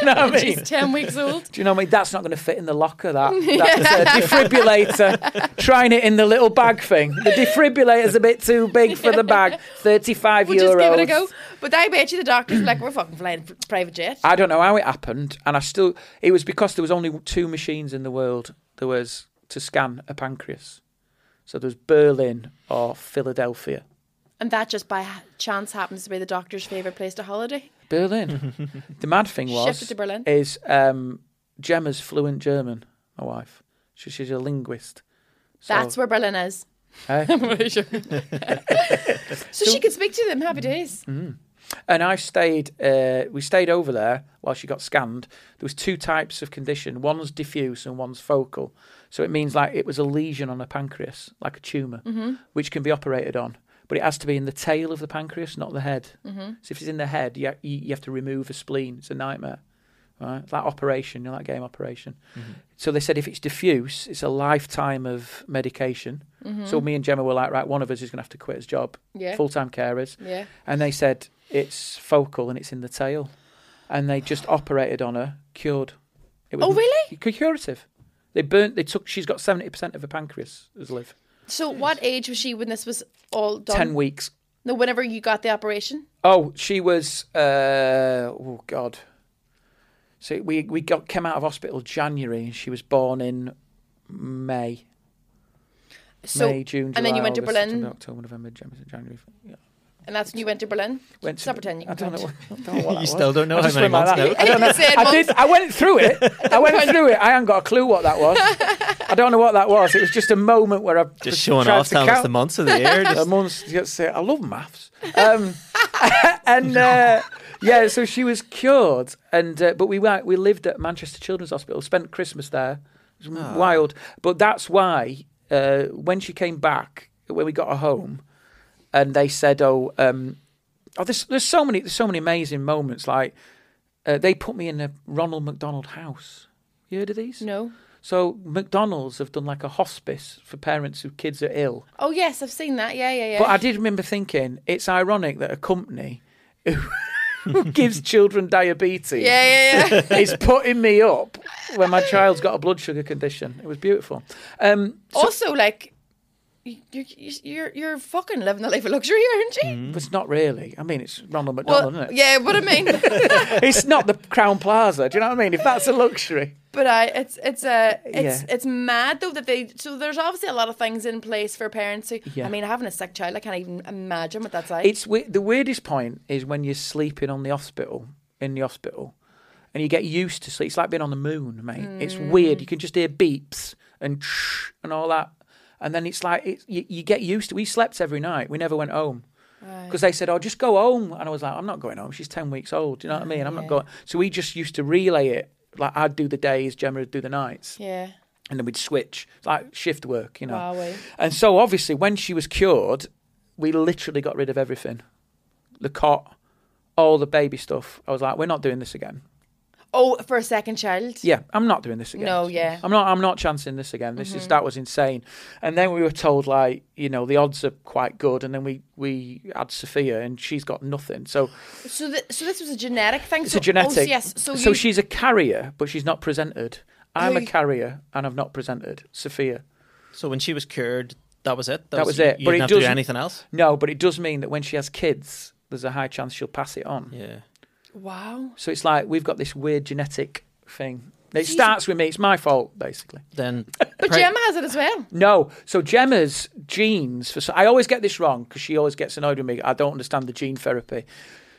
Speaker 3: Do you know what I mean?
Speaker 1: She's ten weeks old.
Speaker 3: Do you know what I mean? That's not going to fit in the
Speaker 1: (laughs)
Speaker 3: locker. That that's a defibrillator. Trying it in the little bag thing. The defibrillator's a bit too big for the
Speaker 1: (laughs)
Speaker 3: bag. Thirty-five
Speaker 1: We'll just
Speaker 3: euros.
Speaker 1: give it a go. But I bet you the doctors were like, "We're fucking flying pr- private jet."
Speaker 3: I don't know how it happened, and I still. It was because there was only two machines in the world. There was to scan a pancreas, so there was Berlin or Philadelphia.
Speaker 1: And that just by ha- chance happens to be the doctor's favorite place to holiday.
Speaker 3: Berlin.
Speaker 1: (laughs)
Speaker 3: the mad thing was
Speaker 1: Shifted to Berlin.
Speaker 3: is um, Gemma's fluent German. My wife, she, she's a linguist. So,
Speaker 1: That's where Berlin is. (laughs)
Speaker 3: eh? (laughs)
Speaker 1: So she could speak to them. Happy days.
Speaker 3: Mm. And I stayed. Uh, we stayed over there while she got scanned. There was two types of condition. One's diffuse and one's focal. So it means like it was a lesion on the pancreas, like a tumor, which can be operated on. But it has to be in the tail of the pancreas, not the head. So if it's in the head, you, ha- you, you have to remove a spleen. It's a nightmare. Right? It's like operation, you know, like game operation. So they said if it's diffuse, it's a lifetime of medication. So me and Gemma were like, right, one of us is going to have to quit his job,
Speaker 1: Yeah.
Speaker 3: full time carers
Speaker 1: Yeah.
Speaker 3: and they said it's focal and it's in the tail, and they just operated on her, cured. It
Speaker 1: Oh, really?
Speaker 3: cu- Curative. They burnt. They took. She's got seventy percent of her pancreas as live.
Speaker 1: So what age was she when this was all done?
Speaker 3: Ten weeks.
Speaker 1: No, whenever you got the operation.
Speaker 3: Oh, she was. Uh, oh God. So we we got came out of hospital January, and she was born in May.
Speaker 1: So
Speaker 3: May, June,
Speaker 1: and then
Speaker 3: July,
Speaker 1: you went to
Speaker 3: August,
Speaker 1: Berlin?
Speaker 3: September, October, November, January. January. Yeah.
Speaker 1: and that's when you went to Berlin.
Speaker 3: Went
Speaker 1: Stop pretending you
Speaker 3: I don't
Speaker 1: can't.
Speaker 3: know. What, I don't know what
Speaker 2: (laughs)
Speaker 3: that
Speaker 2: You
Speaker 3: was.
Speaker 2: still don't know
Speaker 3: I
Speaker 2: how
Speaker 3: just
Speaker 2: many
Speaker 3: went like
Speaker 2: months
Speaker 1: (laughs)
Speaker 3: that.
Speaker 2: now.
Speaker 1: I don't know. Said
Speaker 3: I did. I went through it. I went through it. I haven't got a clue what that was. I don't know what that was. It was just a moment where I
Speaker 2: Just showing
Speaker 3: tried
Speaker 2: off,
Speaker 3: to
Speaker 2: telling us
Speaker 3: count.
Speaker 2: the months of the
Speaker 3: (laughs)
Speaker 2: year.
Speaker 3: A
Speaker 2: Just,
Speaker 3: month's- yes, uh, I love maths. Um, (laughs) and uh, yeah, so she was cured, and uh, but we were, we lived at Manchester Children's Hospital, spent Christmas there. It was wild, but that's why uh, when she came back, when we got her home, and they said, "Oh, um, oh, there's there's so many there's so many amazing moments." Like uh, they put me in a Ronald McDonald house. You heard of these?
Speaker 1: No.
Speaker 3: So McDonald's have done like a hospice for parents whose kids are ill.
Speaker 1: Oh yes, I've seen that. Yeah, yeah, yeah.
Speaker 3: But I did remember thinking it's ironic that a company (laughs) who gives children diabetes
Speaker 1: yeah,
Speaker 3: (laughs)
Speaker 1: yeah, yeah.
Speaker 3: is putting me up when my child's got a blood sugar condition. It was beautiful. Um,
Speaker 1: also, like, you- you're, you're you're fucking living the life of luxury, aren't you?
Speaker 3: but it's not really. I mean, it's Ronald
Speaker 1: Well,
Speaker 3: McDonald, Mm, isn't it?
Speaker 1: yeah, what I
Speaker 3: (laughs)
Speaker 1: mean.
Speaker 3: It's not the Crown Plaza. Do you know what I mean? If that's a luxury,
Speaker 1: But I, it's it's uh, it's
Speaker 3: Yeah.
Speaker 1: it's mad though that they. So there's obviously a lot of things in place for parents who.
Speaker 3: Yeah.
Speaker 1: I mean, having a sick child, I can't even imagine what that's like.
Speaker 3: it's we- the weirdest point is when you're sleeping on the hospital in the hospital, and you get used to sleep. It's like being on the moon, mate. It's weird. You can just hear beeps and and all that, and then it's like it's, you, you get used to. We slept every night. We never went home. Because they said, "Oh, just go home," and I was like, "I'm not going home. She's ten weeks old. Do you know what I mean? I'm
Speaker 1: Yeah.
Speaker 3: not going." So we just used to relay it. Like I'd do the days, Gemma would do the nights,
Speaker 1: yeah.
Speaker 3: and then we'd switch. It's like shift work, you know.
Speaker 1: Wow. eh?
Speaker 3: And so obviously when she was cured, we literally got rid of everything. The cot, all the baby stuff. I was like, we're not doing this again.
Speaker 1: Oh, for a second child.
Speaker 3: Yeah, I'm not doing this again.
Speaker 1: No, yeah. Mm-hmm.
Speaker 3: I'm not I'm not chancing this again. This is that was insane. And then we were told like, you know, the odds are quite good and then we we had Sophia and she's got nothing. So
Speaker 1: So th- so this was a genetic thing.
Speaker 3: it's
Speaker 1: so,
Speaker 3: a genetic.
Speaker 1: Oh, yes. So, you,
Speaker 3: she's a carrier, but she's not presented. I'm a
Speaker 1: Who-
Speaker 3: carrier and I've not presented Sophia.
Speaker 2: so when she was cured, that was it.
Speaker 3: That was it,
Speaker 2: You
Speaker 3: but
Speaker 2: didn't
Speaker 3: it
Speaker 2: have to do
Speaker 3: doesn't-
Speaker 2: anything else.
Speaker 3: No, but it does mean that when she has kids, there's a high chance she'll pass it on.
Speaker 2: Yeah.
Speaker 1: Wow.
Speaker 3: So it's like we've got this weird genetic thing. It
Speaker 1: Jeez.
Speaker 3: starts with me. It's my fault, basically.
Speaker 2: Then.
Speaker 1: But Gemma has it as well.
Speaker 3: No. So Gemma's genes for so I always get this wrong because she always gets annoyed with me. I don't understand the gene therapy.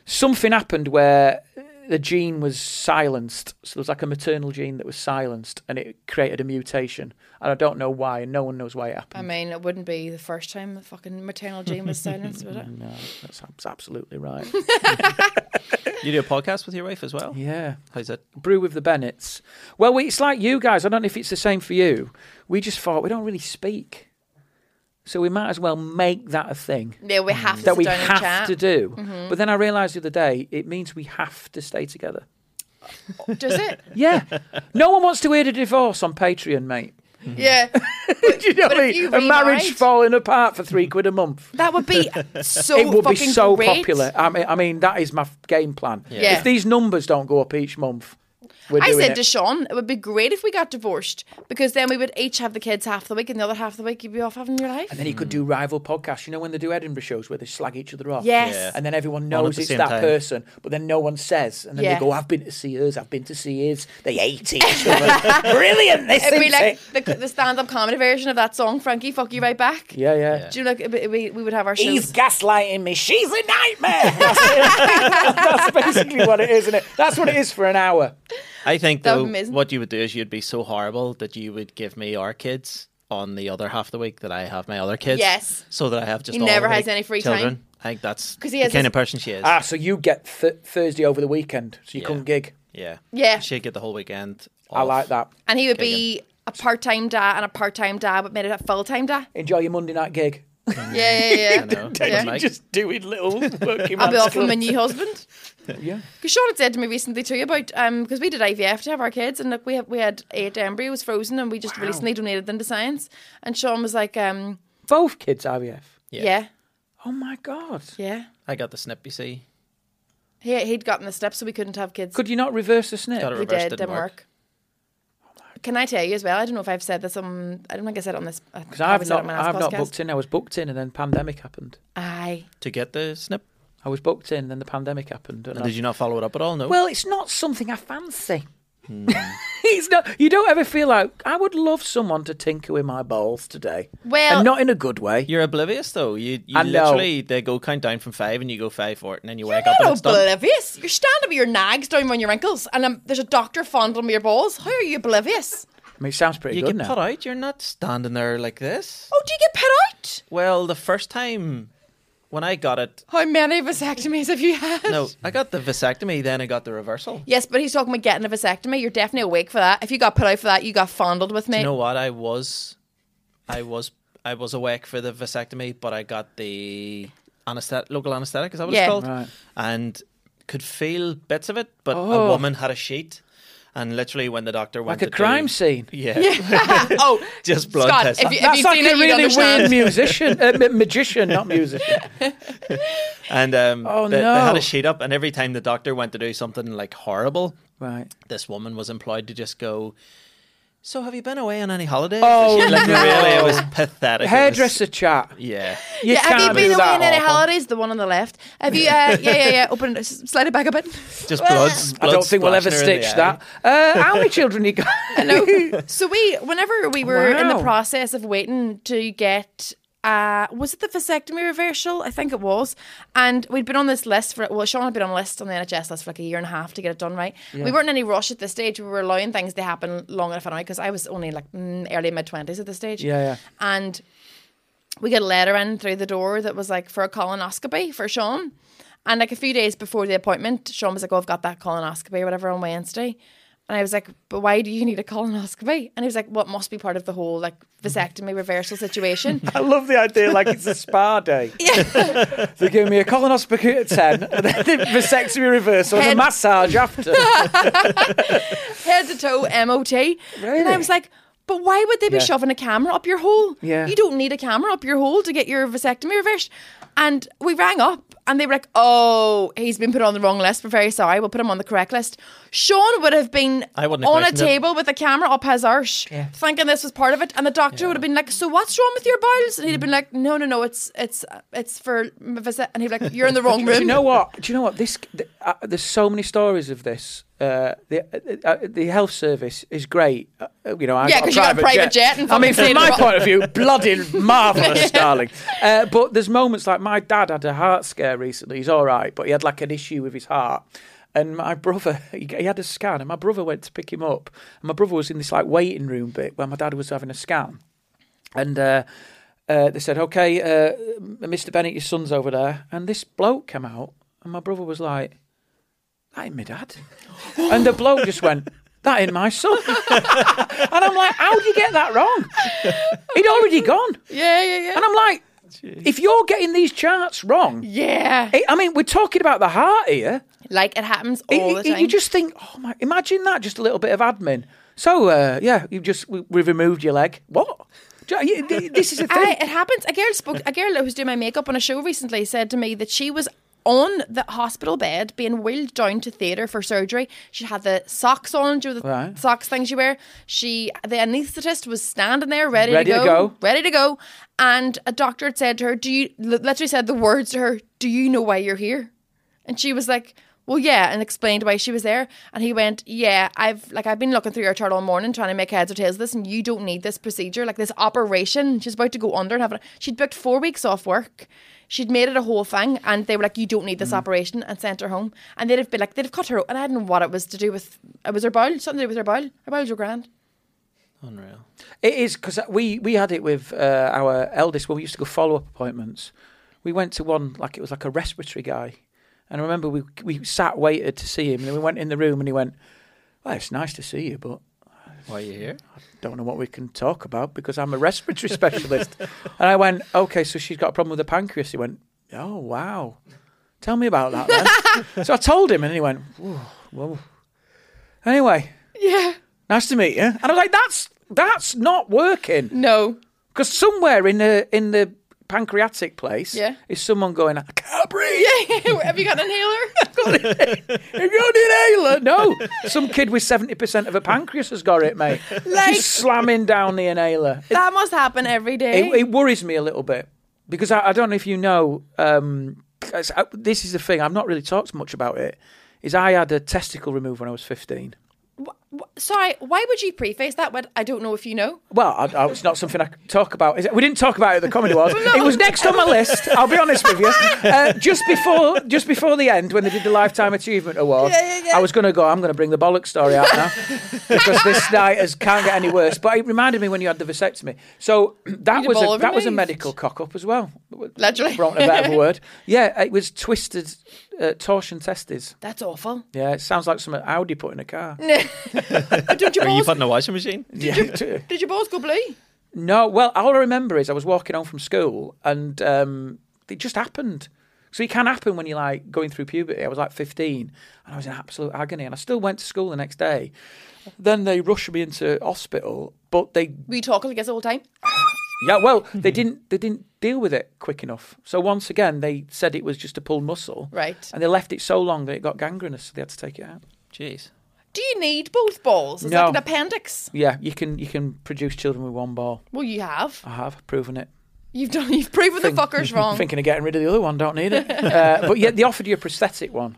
Speaker 3: Something happened where the gene was silenced. So there was like a maternal gene that was silenced, and it created a mutation. And I don't know why, and no one knows why it
Speaker 1: I
Speaker 3: happened.
Speaker 1: mean, it wouldn't be the first time the fucking maternal gene was silenced, would it?
Speaker 3: no, that's, that's absolutely right.
Speaker 2: You do a podcast with your wife as well.
Speaker 3: (laughs) yeah.
Speaker 2: How's that?
Speaker 3: Brew with the Bennetts. Well, we, it's like you guys. I don't know if it's the same for you. We just thought we don't really speak. So we might as well make that a thing
Speaker 1: Yeah, we have to
Speaker 3: that
Speaker 1: sit
Speaker 3: we
Speaker 1: down and
Speaker 3: have
Speaker 1: chat.
Speaker 3: to do. But then I realised the other day it means we have to stay (laughs) together.
Speaker 1: Does
Speaker 3: (laughs)
Speaker 1: it?
Speaker 3: Yeah. no one wants to hear the divorce on Patreon, mate.
Speaker 1: Yeah.
Speaker 3: (laughs) Do you know
Speaker 1: But
Speaker 3: what I
Speaker 1: if you
Speaker 3: mean? A marriage
Speaker 1: remarried-
Speaker 3: falling apart for three quid a month.
Speaker 1: That would
Speaker 3: (laughs)
Speaker 1: be so
Speaker 3: it would be
Speaker 1: fucking
Speaker 3: so
Speaker 1: great.
Speaker 3: popular. I mean, I mean, that is my f- game plan.
Speaker 1: Yeah.
Speaker 3: If these numbers don't go up each month, we're
Speaker 1: I
Speaker 3: doing
Speaker 1: said
Speaker 3: it.
Speaker 1: to Sean, it would be great if we got divorced because then we would each have the kids half the week and the other half of the week you'd be off having your life.
Speaker 3: And then you could do
Speaker 2: Hmm.
Speaker 3: rival podcasts. You know when they do Edinburgh shows where they slag each other off?
Speaker 1: Yes. Yeah.
Speaker 3: And then everyone
Speaker 2: at
Speaker 3: knows
Speaker 2: the
Speaker 3: it's
Speaker 2: same
Speaker 3: that
Speaker 2: time.
Speaker 3: person, but then no one says. And then
Speaker 1: Yeah.
Speaker 3: they go, I've been to see hers, I've been to see his. They hate
Speaker 1: (laughs)
Speaker 3: each other. Brilliant, this
Speaker 1: It'd be
Speaker 3: is
Speaker 1: like
Speaker 3: it.
Speaker 1: the, the stand up comedy version of that song, Frankie, fuck you right back.
Speaker 3: Yeah, yeah.
Speaker 2: Yeah.
Speaker 1: Do you know, like, it'd be- we, we would have our
Speaker 3: He's
Speaker 1: shows.
Speaker 3: gaslighting me. She's a nightmare. (laughs) That's, it. That's basically what it is, isn't it? That's what it is for an hour.
Speaker 2: I think
Speaker 1: That would
Speaker 2: though,
Speaker 1: be amazing.
Speaker 2: what you would do is you'd be so horrible that you would give me our kids on the other half of the week that I have my other kids.
Speaker 1: Yes.
Speaker 2: So that I have just
Speaker 1: He
Speaker 2: all
Speaker 1: never
Speaker 2: my
Speaker 1: has any free
Speaker 2: children.
Speaker 1: time.
Speaker 2: I think that's
Speaker 1: 'Cause he
Speaker 2: the
Speaker 1: has
Speaker 2: kind
Speaker 1: this-
Speaker 2: of person she is.
Speaker 3: Ah, so you get th- Thursday over the weekend, so you
Speaker 2: Yeah.
Speaker 3: couldn't gig.
Speaker 2: yeah.
Speaker 1: Yeah.
Speaker 2: She'd get the whole weekend.
Speaker 3: I
Speaker 2: off.
Speaker 3: like that.
Speaker 1: And he would be a part time dad and a part time dad, but made it a full time dad.
Speaker 3: Enjoy your Monday night gig.
Speaker 1: Yeah, yeah, yeah.
Speaker 2: You
Speaker 3: (laughs)
Speaker 2: know,
Speaker 1: Yeah.
Speaker 2: like-
Speaker 3: Just doing little working.
Speaker 1: I'll be
Speaker 3: man's
Speaker 1: off with my
Speaker 3: stuff.
Speaker 1: new husband.
Speaker 3: Yeah.
Speaker 1: Because Sean had said to me recently too about um because we did IVF to have our kids and look we had we had eight embryos frozen and we just recently donated them to science and Sean was like um
Speaker 3: Both kids IVF.
Speaker 1: yeah
Speaker 2: Yeah.
Speaker 1: yeah,
Speaker 3: Oh my god.
Speaker 2: I got the snip, you see.
Speaker 1: he he'd gotten the steps so we couldn't have kids
Speaker 3: Could you not reverse the snip?
Speaker 2: Got it
Speaker 1: he
Speaker 2: reversed.
Speaker 1: did
Speaker 2: didn't work.
Speaker 1: Can I tell you as well? I don't know if I've said this on. I don't think I said it on this.
Speaker 3: Because I've not, I've not booked in. I was booked in, and then pandemic happened.
Speaker 1: Aye.
Speaker 2: To get the snip.
Speaker 3: I was booked in, then the pandemic happened. And
Speaker 2: And
Speaker 3: I-
Speaker 2: did you Hmm. not follow it up at all? No.
Speaker 3: Well, it's not something I fancy. (laughs) it's not. You don't ever feel like I would love someone to tinker with my balls today,
Speaker 1: Well,
Speaker 3: and not in a good way.
Speaker 2: You're oblivious though. You, you
Speaker 3: I know.
Speaker 2: literally they go count down from five and you go five for it and then you wake up and
Speaker 1: You're
Speaker 2: it's done.
Speaker 1: oblivious. You're standing with your nags down on your ankles, and um, there's a doctor fondling with your balls. How are you oblivious?
Speaker 3: I mean, it sounds pretty
Speaker 2: You
Speaker 3: good
Speaker 2: get
Speaker 3: now.
Speaker 2: put out. You're not standing there like this.
Speaker 1: Oh, do you get pet out?
Speaker 2: Well, the first time when I got it,
Speaker 1: How many vasectomies have you had?
Speaker 3: (laughs)
Speaker 2: no, I got the vasectomy, then I got the reversal.
Speaker 1: Yes, but he's talking about getting a vasectomy. You're definitely awake for that. If you got put out for that, you got fondled with me.
Speaker 2: You know what? I was, I was, I was awake for the vasectomy, but I got the anesthetic, local anesthetic. Is that what
Speaker 1: Yeah.
Speaker 2: it's called?
Speaker 3: Right.
Speaker 2: And could feel bits of it, but
Speaker 3: Oh.
Speaker 2: a woman had a sheet, and literally when the doctor went
Speaker 3: Like
Speaker 2: to
Speaker 3: a
Speaker 2: do-
Speaker 3: crime scene.
Speaker 2: yeah,
Speaker 1: (laughs) oh,
Speaker 2: (laughs) just blood
Speaker 1: Scott,
Speaker 2: test.
Speaker 1: if you-
Speaker 3: That's
Speaker 1: you've
Speaker 3: like
Speaker 1: seen
Speaker 3: a
Speaker 1: it, you'd
Speaker 3: really weird
Speaker 1: understand.
Speaker 3: musician, uh, ma- magician, not
Speaker 2: (laughs)
Speaker 3: musician.
Speaker 2: And um,
Speaker 3: Oh,
Speaker 2: they, they had
Speaker 3: no.
Speaker 2: a sheet up, and every time the doctor went to do something like horrible,
Speaker 3: Right.
Speaker 2: this woman was employed to just go. So have you been away on any holidays?
Speaker 3: Oh,
Speaker 2: She- (laughs) like,
Speaker 3: no.
Speaker 2: really, it was pathetic. It was-
Speaker 3: Hairdresser chat.
Speaker 2: yeah.
Speaker 3: You
Speaker 1: yeah, have
Speaker 3: can't
Speaker 1: you
Speaker 3: do
Speaker 1: been away
Speaker 3: that
Speaker 1: on any
Speaker 3: awful.
Speaker 1: holidays? The one on the left. Have you? Uh, yeah, yeah, yeah. Open, it, s- slide it back a bit.
Speaker 2: Just blood.
Speaker 3: I don't think we'll ever stitch that. Uh, how many children you got?
Speaker 1: No. So we, whenever we were in the
Speaker 3: Wow.
Speaker 1: process of waiting to get. Uh, was it the vasectomy reversal? I think it was. And we'd been on this list for, well, Sean had been on a list on the NHS list for like a year and a half to get it done right. We weren't in any rush at this stage. We were allowing things to happen long enough anyway because I was only like mm, early mid 20s at this stage.
Speaker 3: Yeah, yeah.
Speaker 1: And we got a letter in through the door that was like for a colonoscopy for Sean. And like a few days before the appointment, Sean was like, Oh, I've got that colonoscopy or whatever on Wednesday. And I was like, But why do you need a colonoscopy? And he was like, Well, it must be part of the whole like vasectomy reversal situation.
Speaker 3: (laughs) I love the idea like it's a spa (laughs) day. they give me a colonoscopy at 10, and then the vasectomy reversal and
Speaker 1: Head-
Speaker 3: a massage (laughs) after.
Speaker 1: Head to toe MOT. And I was like, But why would they be
Speaker 3: Yeah.
Speaker 1: shoving a camera up your hole?
Speaker 3: Yeah.
Speaker 1: You don't need a camera up your hole to get your vasectomy reversed. And we rang up and they were like, Oh, he's been put on the wrong list. We're very sorry. We'll put him on the correct list. Sean would have been
Speaker 2: I wouldn't have
Speaker 1: on a
Speaker 2: questioned it.
Speaker 1: table with a camera up his arse, thinking this was part of it. And the doctor would have been like, So what's wrong with your bowels? And he'd have been like, No, no, no, it's it's it's for vasect. And he'd be like, You're in the wrong room.
Speaker 3: Do (laughs) you know what? Do you know what? This th- uh, there's so many stories of this. Uh, the uh, uh, the health service is great. Uh, you know, I
Speaker 1: Yeah,
Speaker 3: got
Speaker 1: 'cause you got a private jet and
Speaker 3: I mean,
Speaker 1: fucking
Speaker 3: from my
Speaker 1: stayed-
Speaker 3: point of view,
Speaker 1: (laughs)
Speaker 3: bloody marvelous, darling. Uh, but there's moments like my dad had a heart scare recently. He's all right, but he had like an issue with his heart. And my brother, (laughs) he g- he had a scan, and my brother went to pick him up. And my brother was in this like waiting room bit where my dad was having a scan. And uh, uh, they said, "Okay, uh, m- Mr. Bennett, your son's over there." And this bloke came out, and my brother was like, "That ain't my dad." and the bloke just went, "That ain't my son." (laughs) and I'm like, "How do you get that wrong? He'd already gone."
Speaker 1: Yeah, yeah, yeah.
Speaker 3: And I'm like, "If you're getting these charts wrong."
Speaker 1: yeah.
Speaker 3: I I mean, we're talking about the heart here.
Speaker 1: like it happens
Speaker 3: It-
Speaker 1: all
Speaker 3: it-
Speaker 1: the time.
Speaker 3: You just think, oh my! Imagine that, just a little bit of admin. So uh, yeah, you just we, we removed your leg. What? Do you- you- th- This is
Speaker 1: (laughs)
Speaker 3: a thing.
Speaker 1: I, it happens. A girl spoke. A girl who was doing my makeup on a show recently said to me that she was on the hospital bed being wheeled down to theatre for surgery. She had the socks on, do you know, the
Speaker 3: Right.
Speaker 1: socks things you wear. She, the anaesthetist was standing there ready,
Speaker 3: Ready to
Speaker 1: to, go,
Speaker 3: go.
Speaker 1: ready to go, and a doctor had said to her, "Do you?" li- Literally said the words to her, "Do you know why you're here?" And she was like, "Well, yeah," and explained why she was there. And he went, "Yeah, I've like I've been looking through your chart all morning trying to make heads or tails of this, and you don't need this procedure, like this operation. She's about to go under and have. A, she'd booked four weeks off work. She'd made it a whole thing, and they were like, "You don't need this
Speaker 3: Mm.
Speaker 1: operation," and sent her home. And they'd have been like, "They'd have cut her," and I didn't know what it was to do with. It was her bowel, something to do with her bowel. Her bowels were grand.
Speaker 2: Unreal.
Speaker 3: It is because we we had it with uh, our eldest. When we used to go follow up appointments, we went to one like it was like a respiratory guy, and I remember we we sat waited to see him, and then we went in the room, and he went, "Well, it's nice to see you, but
Speaker 2: Why are you here?
Speaker 3: don't know what we can talk about because I'm a respiratory (laughs) specialist. And I went, okay, so she's got a problem with the pancreas. He went, oh, wow. Tell me about that then. so I told him and he went, whoa, whoa. Anyway,
Speaker 1: Yeah.
Speaker 3: nice to meet you. And I was like, that's, that's not working.
Speaker 1: No.
Speaker 3: Because somewhere in the, in the pancreatic place
Speaker 1: Yeah.
Speaker 3: is someone going, I can't breathe.
Speaker 1: (laughs) have you got an inhaler? (laughs)
Speaker 3: Have you got an inhaler? No. Some kid with 70% of a pancreas has got it, mate.
Speaker 1: Like-
Speaker 3: She's slamming down the inhaler.
Speaker 1: that must happen every day.
Speaker 3: it, it worries me a little bit because I, I don't know if you know. Um, 'cause I- this is the thing. I've not really talked much about it. Is I had a testicle removed when I was fifteen.
Speaker 1: Sorry, why would you preface that with I don't know if you know?
Speaker 3: Well, I, I, it's not something I could talk about. Is it? We didn't talk about it at the comedy awards. It was next on my list. I'll be honest with you. Uh, just before, just before the end, when they did the Lifetime Achievement Award,
Speaker 1: Yeah, yeah, yeah.
Speaker 3: I was going to go. I'm going to bring the bollock story out now because (laughs) this night has, can't get any worse. But it reminded me when you had the vasectomy. So (clears throat) that
Speaker 1: Your
Speaker 3: was a,
Speaker 1: ball
Speaker 3: that was a
Speaker 1: removed.
Speaker 3: medical cock up as well.
Speaker 1: Literally.
Speaker 3: For want of
Speaker 1: (laughs)
Speaker 3: a better word. Yeah, it was twisted uh, torsion testes.
Speaker 1: That's (laughs) awful.
Speaker 3: Yeah, it sounds like something Audi put in a car.
Speaker 1: don't your
Speaker 2: Are you
Speaker 1: balls,
Speaker 2: putting a washing machine?
Speaker 3: (laughs) Yeah.
Speaker 1: did your balls go blue?
Speaker 3: No, well, all I remember is I was walking home from school and um, it just happened. So it can happen when you're like going through puberty. I was like 15 and I was in absolute agony and I still went to school the next day. Then they rushed me into hospital, but they
Speaker 1: Were you talking like this the whole time?
Speaker 3: yeah,
Speaker 1: (laughs)
Speaker 3: well, they didn't they didn't deal with it quick enough. So once again, they said it was just a pulled muscle.
Speaker 1: Right.
Speaker 3: And they left it so long that it got gangrenous, so they had to take it out.
Speaker 2: Jeez.
Speaker 1: Do you need both balls? It's
Speaker 3: No.
Speaker 1: like an appendix.
Speaker 3: Yeah, you can you can produce children with one ball.
Speaker 1: Well, you have.
Speaker 3: I have proven it.
Speaker 1: You've done. You've proven the
Speaker 2: (laughs)
Speaker 3: (laughs)
Speaker 1: fuckers wrong
Speaker 3: Thinking of getting rid of the other one, don't
Speaker 1: (laughs)
Speaker 3: need it. uh, but yet they offered you a prosthetic one.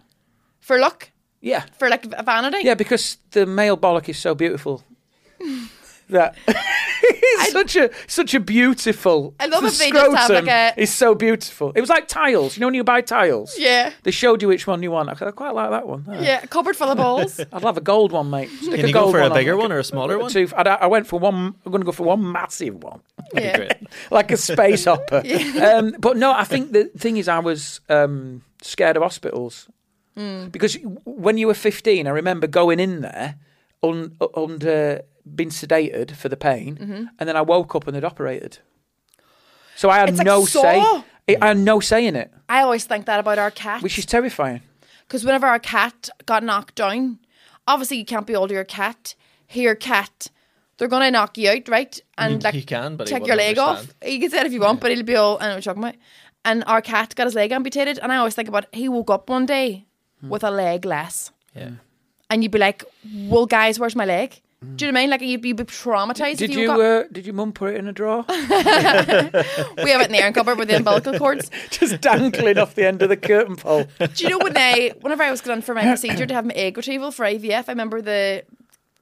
Speaker 1: for luck,
Speaker 3: Yeah,
Speaker 1: for like a vanity.
Speaker 3: yeah, because the male bollock is so
Speaker 1: (laughs)
Speaker 3: beautiful. that (laughs) it's such a such a beautiful.
Speaker 1: I love
Speaker 3: the
Speaker 1: if they just have,
Speaker 3: scrotum
Speaker 1: like, a-
Speaker 3: It's so beautiful. It was like tiles. You know when you buy tiles.
Speaker 1: yeah,
Speaker 3: They showed you which one you want. I I quite like that one.
Speaker 1: yeah. Cupboard full of balls.
Speaker 3: I'd love a gold one, mate. Stick
Speaker 2: Can
Speaker 3: a
Speaker 2: you go
Speaker 3: gold
Speaker 2: for a
Speaker 3: on,
Speaker 2: bigger
Speaker 3: like
Speaker 2: one or a smaller one?
Speaker 3: Two, I'd, I went for one. I'm going to go for one massive one,
Speaker 2: (laughs) That'd be
Speaker 1: Yeah.
Speaker 2: great.
Speaker 3: like a
Speaker 1: (laughs)
Speaker 3: space hopper. Um, but no, I think the thing is, I was um, scared of hospitals
Speaker 1: Hmm.
Speaker 3: because when you were 15, I remember going in there un, under being sedated for the pain,
Speaker 1: Mm-hmm.
Speaker 3: and then I woke up and they'd operated. So I had
Speaker 1: It's like
Speaker 3: no
Speaker 1: Saw.
Speaker 3: say. I had no say in it,
Speaker 1: I always think that about our cat.
Speaker 3: which is terrifying.
Speaker 1: because whenever our cat got knocked down, obviously you can't be all to your cat. Here, cat, they're gonna knock you out, right? And like
Speaker 2: he can, but he
Speaker 1: take your
Speaker 2: wouldn't
Speaker 1: leg
Speaker 2: understand.
Speaker 1: off. You can say it if you want, but he'll be all. I know what you're talking about. And our cat got his leg amputated, and I always think about he woke up one day
Speaker 2: Hmm.
Speaker 1: with a leg less,
Speaker 2: Yeah.
Speaker 1: and you'd be like, "Well, guys, where's my leg?" Do you know what I mean? Like you'd be, you'd be traumatized.
Speaker 3: Did
Speaker 1: if
Speaker 3: you?
Speaker 1: woke up.
Speaker 3: Uh, did your mum put it in
Speaker 1: (laughs)
Speaker 3: a drawer? (laughs)
Speaker 2: uh,
Speaker 1: we have it in the iron cupboard with the umbilical cords.
Speaker 3: just dangling off the end of the curtain pole.
Speaker 1: Do you know when they, whenever I was going for my procedure to have my egg retrieval for IVF, I remember the,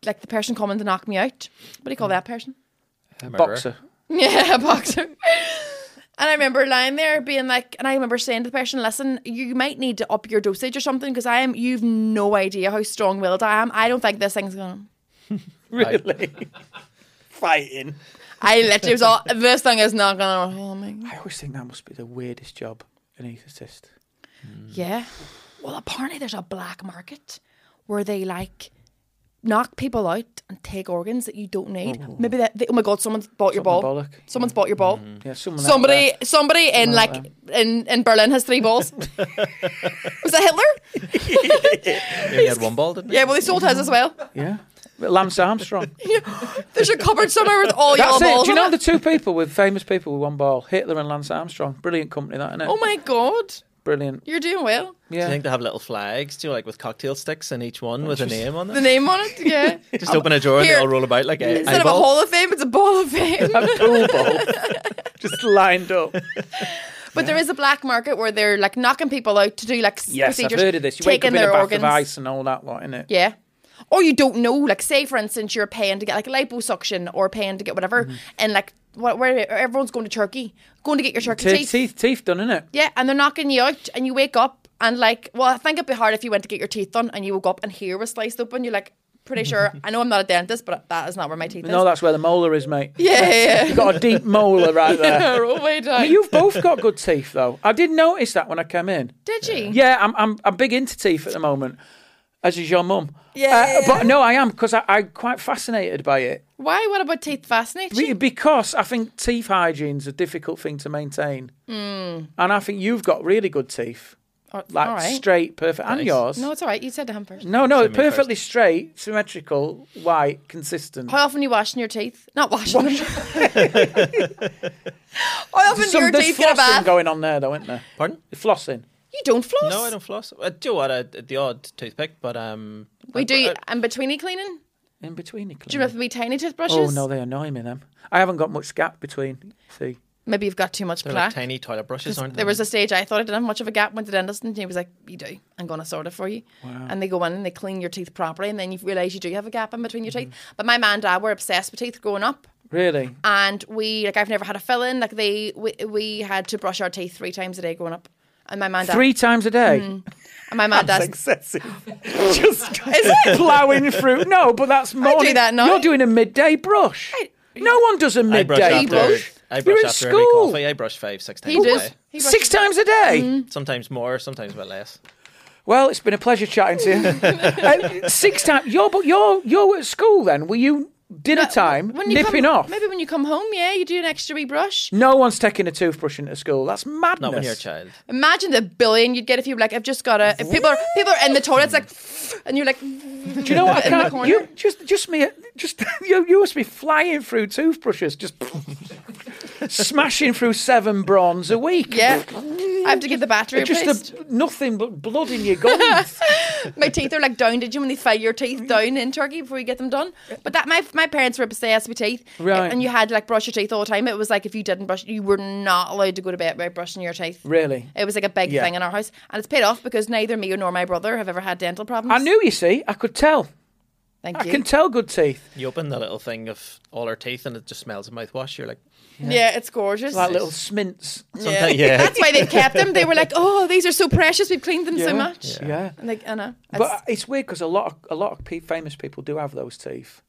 Speaker 1: like the person coming to (laughs) knock me out. What do you call that person?
Speaker 2: Murderer.
Speaker 3: Boxer.
Speaker 1: Yeah, a boxer. And I remember lying there being like, and I remember saying to the person, listen, you might need to up your dosage or something because I am, you've no idea how strong willed I am. I don't think this thing's going to.
Speaker 3: Really? (laughs) Fighting.
Speaker 1: I literally was all, this thing is not oh going to kill me.
Speaker 3: I always think that must be the weirdest job, anaesthetist.
Speaker 1: Yeah. Well, apparently there's a black market where they like knock people out and take organs that you don't need. Maybe that, they, oh my God, someone's bought your ball.
Speaker 3: Something bollock.
Speaker 1: Someone's bought your ball.
Speaker 3: Yeah, someone out
Speaker 1: Somebody,
Speaker 3: there.
Speaker 1: somebody in
Speaker 3: out
Speaker 1: like in, in Berlin has three balls. was that Hitler?
Speaker 2: Yeah, he had one ball, didn't he?
Speaker 1: Yeah, well, they sold his as well.
Speaker 3: Yeah. But Lance
Speaker 1: (laughs)
Speaker 3: Armstrong.
Speaker 1: There's a cupboard somewhere with all
Speaker 3: That's
Speaker 1: yellow
Speaker 3: it.
Speaker 1: balls.
Speaker 3: Do you
Speaker 1: in
Speaker 3: know
Speaker 1: it.
Speaker 3: the two people with famous people with one ball? Hitler and Lance Armstrong. Brilliant company, that, isn't it?
Speaker 1: Oh my god,
Speaker 3: Brilliant.
Speaker 1: you're doing well.
Speaker 2: I
Speaker 3: Yeah.
Speaker 2: think they have little flags too, like with cocktail sticks, and each one with a name on
Speaker 1: The
Speaker 2: them.
Speaker 1: name on it, yeah.
Speaker 2: Just open a drawer and
Speaker 1: Here.
Speaker 2: they all roll about like a
Speaker 1: Instead of a
Speaker 2: eyeball.
Speaker 1: hall of fame, it's a ball of fame. (laughs)
Speaker 3: Pool ball. Just lined up.
Speaker 1: But there is a black market where they're like knocking people out to do like s-
Speaker 3: Yes, I've
Speaker 1: procedures,
Speaker 3: heard of this. You wake
Speaker 1: taking
Speaker 3: up in a
Speaker 1: their
Speaker 3: bath
Speaker 1: organs.
Speaker 3: of ice and all that lot, innit?
Speaker 1: Yeah. Or you don't know, like say for instance, you're paying to get like liposuction or paying to get whatever,
Speaker 3: Mm-hmm.
Speaker 1: and like what, where everyone's going to Turkey, going to get your turkey
Speaker 3: Teeth,
Speaker 1: teeth.
Speaker 3: teeth, teeth done, innit?
Speaker 1: Yeah, and they're knocking you out, and you wake up and like, well, I think it'd be hard if you went to get your teeth done and you woke up and here was sliced open. You're like,
Speaker 3: (laughs)
Speaker 1: pretty sure. I know I'm not a dentist, but that is not where my teeth (laughs)
Speaker 3: No,
Speaker 1: is.
Speaker 3: that's where the molar is, mate.
Speaker 1: Yeah, yeah, yeah.
Speaker 3: You've got a deep molar
Speaker 1: (laughs)
Speaker 3: right there.
Speaker 1: They're
Speaker 3: (laughs)
Speaker 1: all way down.
Speaker 3: You've both got good teeth, though. I did notice that when I came in.
Speaker 1: Did you?
Speaker 3: Yeah, I'm I'm I'm big into teeth at the moment, as is your mum. Uh,
Speaker 1: Yeah.
Speaker 3: but no, I am because I'm quite fascinated by it
Speaker 1: Why? What about teeth fascinate
Speaker 3: Be-
Speaker 1: you?
Speaker 3: because I think teeth hygiene's a difficult thing to maintain, and I think you've got really good teeth,
Speaker 1: Or-
Speaker 3: like
Speaker 1: Hmm. all right.
Speaker 3: straight, perfect, and
Speaker 2: Nice.
Speaker 3: yours.
Speaker 1: No, it's all right. You said to him first.
Speaker 3: no, no,
Speaker 2: me
Speaker 3: perfectly straight, symmetrical, white, consistent.
Speaker 1: How often are you washing your teeth? Not washing them. How often do your
Speaker 3: there's
Speaker 1: teeth get a
Speaker 3: flossing
Speaker 1: bath?
Speaker 3: going on there, though, isn't there?
Speaker 2: Pardon?
Speaker 3: Flossing.
Speaker 1: you don't floss.
Speaker 2: No, I don't floss. I do what I, the odd toothpick, but um,
Speaker 1: We
Speaker 2: I-
Speaker 1: do
Speaker 2: I- Mm.
Speaker 1: in between cleaning.
Speaker 3: In between, you
Speaker 1: Do you have the wee tiny toothbrushes?
Speaker 3: Oh no, they annoy me. Them. I haven't got much gap between. See,
Speaker 1: Maybe you've got too much
Speaker 2: they're
Speaker 1: plaque.
Speaker 2: like tiny toilet brushes, aren't they?
Speaker 1: There was a stage I thought I didn't have much of a gap. Went to the dentist and he was like, "You do. I'm going to sort it for you." And they go in and they clean your teeth properly, and then you realise you do have a gap in between your teeth.
Speaker 2: Mm-hmm.
Speaker 1: But my man and dad were obsessed with teeth growing up,
Speaker 3: really.
Speaker 1: and we like I've never had a fill in. Like they we, we had to brush our teeth three times a day growing up, and my man and uh, Mm. dad,
Speaker 3: Three times a day.
Speaker 1: and my man and dad.
Speaker 3: excessive.
Speaker 1: (laughs)
Speaker 3: Just plowing through. No, but that's morning.
Speaker 1: that now.
Speaker 3: You're doing a midday brush. no one does a
Speaker 2: I brush
Speaker 3: midday
Speaker 2: after.
Speaker 1: You brush?
Speaker 2: I brush
Speaker 3: You're at
Speaker 2: after every
Speaker 3: school.
Speaker 2: coffee. I brush five, six times
Speaker 1: He
Speaker 2: a
Speaker 1: does. He
Speaker 2: day.
Speaker 1: brushes- Mm-hmm.
Speaker 3: Six times a day.
Speaker 2: Sometimes more, sometimes a bit less.
Speaker 3: Well, it's been a pleasure chatting to
Speaker 2: (laughs)
Speaker 3: you. Uh, six times. You're but you're you're at school then. Were you dinner time
Speaker 1: When you
Speaker 3: nipping
Speaker 1: come,
Speaker 3: off?
Speaker 1: Maybe when you come home, yeah, you do an extra wee brush.
Speaker 3: No one's taking a toothbrush into school. That's madness.
Speaker 2: Not when you're a child.
Speaker 1: Imagine the billion you'd get if you were like, I've just got a. If people are people are in the toilet, it's like, (sniffs) and you're like, do
Speaker 3: Do you
Speaker 1: (laughs)
Speaker 3: know what? I
Speaker 1: In the
Speaker 3: can't.
Speaker 1: corner.
Speaker 3: You just, just me, just (laughs) you, you must be flying through toothbrushes, just (laughs) smashing through seven bronze a week.
Speaker 1: Yeah, I have to get the battery
Speaker 3: just
Speaker 1: replaced.
Speaker 3: a, nothing but blood in
Speaker 1: (laughs)
Speaker 3: your gums.
Speaker 1: My teeth are like down. Did you when they file your teeth down in Turkey before you get them done? But that my my parents were obsessed with teeth,
Speaker 3: Right.
Speaker 1: And you had to like brush your teeth all the time. It was like if you didn't brush, you were not allowed to go to bed without brushing your teeth.
Speaker 3: really.
Speaker 1: It was like a big
Speaker 3: Yeah.
Speaker 1: thing in our house, and it's paid off because neither me nor my brother have ever had dental problems.
Speaker 3: I knew you see. I could tell.
Speaker 1: Thank
Speaker 3: I
Speaker 1: you.
Speaker 3: can tell good teeth.
Speaker 2: You open the little thing of all our teeth and it just smells of mouthwash. You're like,
Speaker 1: yeah. it's gorgeous.
Speaker 3: Like little smints.
Speaker 1: (laughs)
Speaker 2: sometimes, yeah.
Speaker 1: That's why they kept them. They were like, "Oh, these are so precious. We've cleaned them so
Speaker 3: Yeah.
Speaker 1: much."
Speaker 3: Yeah.
Speaker 1: And like, I know.
Speaker 3: But it's weird because a lot of a lot of pe- famous people do have those teeth.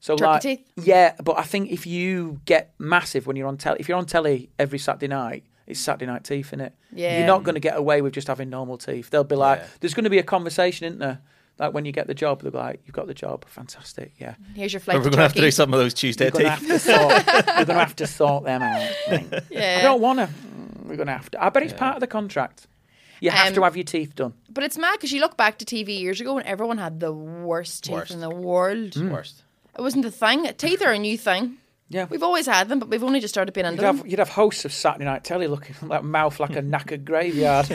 Speaker 3: So
Speaker 1: Turkey
Speaker 3: like,
Speaker 1: teeth?
Speaker 3: yeah, but I think if you get massive when you're on telly, if you're on telly every Saturday night, it's Saturday night teeth, innit?
Speaker 1: Yeah.
Speaker 3: you're not going to get away with just having normal teeth. They'll be like,
Speaker 2: Yeah.
Speaker 3: there's going to be a conversation, isn't there? Like when you get the job, they'll be like, you've got the job, fantastic, yeah.
Speaker 1: here's your flight.
Speaker 2: We're
Speaker 1: to
Speaker 2: going to have to
Speaker 1: Turkey.
Speaker 2: do some of those Tuesday
Speaker 3: You're going to
Speaker 2: teeth.
Speaker 3: have to sort. you're going to have to sort them out.
Speaker 1: (laughs) Yeah.
Speaker 3: I don't want to. We're going to have to. I bet it's part of the contract. You have
Speaker 1: Um,
Speaker 3: to have your teeth done.
Speaker 1: But it's mad because you look back to TV years ago when everyone had the worst teeth
Speaker 2: Worst.
Speaker 1: in the world.
Speaker 2: Worst.
Speaker 1: It wasn't a thing. Teeth are a new thing.
Speaker 3: Yeah.
Speaker 1: We've always had them, but we've only just started being into
Speaker 3: You'd
Speaker 1: them.
Speaker 3: have, you'd have hosts of Saturday Night Telly looking (laughs) like mouth like a
Speaker 1: (laughs)
Speaker 3: knackered graveyard.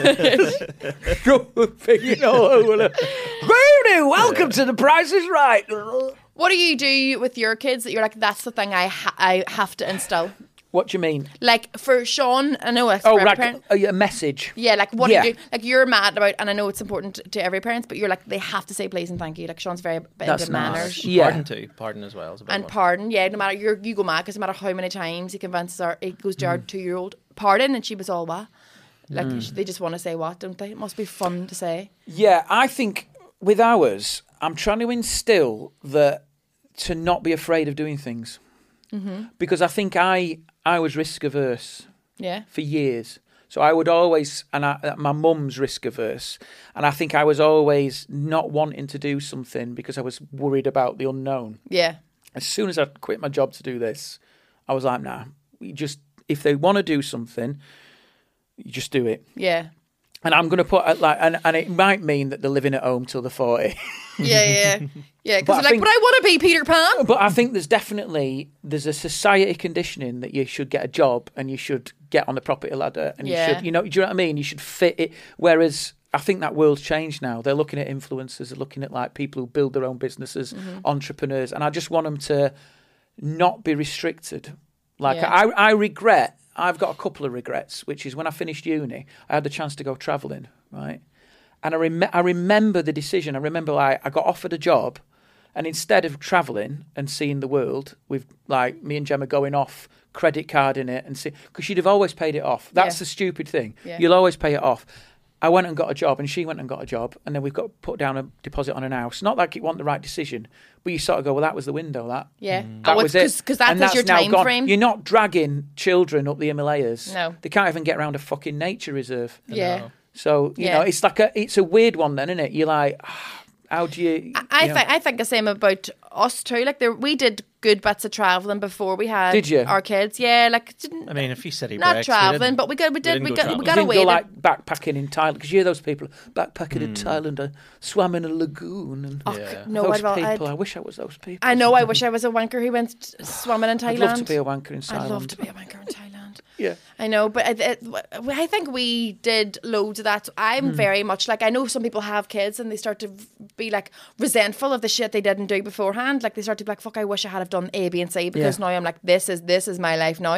Speaker 3: Picking all over the- Rooney, welcome to The Price is Right.
Speaker 1: What do you do with your kids that you're like, that's the thing I ha- I have to instill?
Speaker 3: What do you mean?
Speaker 1: Like for Sean, I know it's
Speaker 3: Oh,
Speaker 1: for every
Speaker 3: right.
Speaker 1: parent.
Speaker 3: uh, yeah, A message.
Speaker 1: Yeah, like what do
Speaker 3: Yeah.
Speaker 1: you do? Like you're mad about, and I know it's important to every parent, but you're like they have to say please and thank you. Like Sean's very bit
Speaker 3: That's
Speaker 1: into
Speaker 3: nice.
Speaker 1: manners.
Speaker 3: Yeah.
Speaker 2: Pardon too. Pardon as well. Is a big
Speaker 1: and
Speaker 2: one.
Speaker 3: Mm.
Speaker 1: pardon. Yeah, no matter you you go mad because no matter how many times he convinces our he goes to our two year old, partying, and she was all what? Like they just want to say what, don't they? It must be fun to say.
Speaker 3: Yeah, I think with ours, I'm trying to instill that to not be afraid of doing things because I think I I was risk averse
Speaker 1: Yeah.
Speaker 3: for years. So I would always, and I, uh, my mum's risk averse, and I think I was always not wanting to do something because I was worried about the unknown.
Speaker 1: Yeah.
Speaker 3: As soon as I quit my job to do this, I was like, nah, you just if they want to do something, you just do it. (laughs)
Speaker 1: Yeah.
Speaker 3: And I'm going to put like, and, and it might mean that they're living at home till they're forty.
Speaker 1: Yeah, yeah, yeah. Because
Speaker 3: But I
Speaker 1: like,
Speaker 3: think- Mm.
Speaker 1: but I want to be Peter Pan.
Speaker 3: but I think there's definitely there's a society conditioning that you should get a job and you should get on the property ladder and
Speaker 1: Yeah.
Speaker 3: you should you know do you know what I mean? You should fit it. Whereas I think that world's changed now. They're looking at influencers, they're looking at like people who build their own businesses,
Speaker 1: Mm-hmm.
Speaker 3: entrepreneurs, and I just want them to not be restricted. Like
Speaker 1: Yeah.
Speaker 3: I, I regret. I've got a couple of regrets, which is when I finished uni, I had the chance to go travelling, right? And I, rem- I remember the decision. I remember like I got offered a job, and instead of travelling and seeing the world, with like me and Gemma going off, credit card in it, and see because she'd have always paid it off. That's
Speaker 1: Yeah.
Speaker 3: the stupid thing.
Speaker 1: Yeah.
Speaker 3: You'll always pay it off. I went and got a job, and she went and got a job, and then we've got put down a deposit on an house. Not like it wasn't the right decision, but you sort of go, well, that was the window. That
Speaker 1: Yeah,
Speaker 3: Mm. that was it.
Speaker 1: because that
Speaker 3: And
Speaker 1: is your
Speaker 3: now
Speaker 1: time
Speaker 3: gone.
Speaker 1: frame.
Speaker 3: You're not dragging children up the Himalayas.
Speaker 1: No.
Speaker 3: they can't even get around a fucking nature reserve.
Speaker 1: yeah.
Speaker 2: No.
Speaker 3: So you
Speaker 1: Yeah.
Speaker 3: know, it's like a it's a weird one, then, isn't it? You're like, ah, how do you?
Speaker 1: I
Speaker 3: you know.
Speaker 1: think I think the same about us too. Like there, we did good bits of traveling before we had
Speaker 3: Did you?
Speaker 1: our kids. Yeah, like didn't,
Speaker 2: I mean, a few city
Speaker 1: not
Speaker 2: breaks. we
Speaker 1: traveling,
Speaker 2: didn't-
Speaker 1: but we got we did
Speaker 2: didn't
Speaker 1: we
Speaker 2: go
Speaker 1: got we
Speaker 3: you
Speaker 1: got
Speaker 3: didn't
Speaker 1: away.
Speaker 3: go
Speaker 1: to-
Speaker 3: like backpacking in Thailand because you hear those people backpacking in Thailand and swam in a lagoon and
Speaker 1: Oh,
Speaker 2: Yeah.
Speaker 1: No,
Speaker 3: those
Speaker 1: I'd, well, I'd,
Speaker 3: people. i wish I was those people.
Speaker 1: I know. I wish I was a wanker who went s- swimming in Thailand.
Speaker 3: I'd love to be a wanker in Thailand.
Speaker 1: I'd love to be a wanker in Thailand.
Speaker 3: Yeah.
Speaker 1: I know, but I, th- I think we did loads of that.
Speaker 3: Hmm.
Speaker 1: I'm very much like I know some people have kids and they start to be like resentful of the shit they didn't do beforehand. Like they start to be like, "Fuck, I wish I had have done A, B, and C," because
Speaker 3: Yeah.
Speaker 1: now I'm like, "This is this is my life now."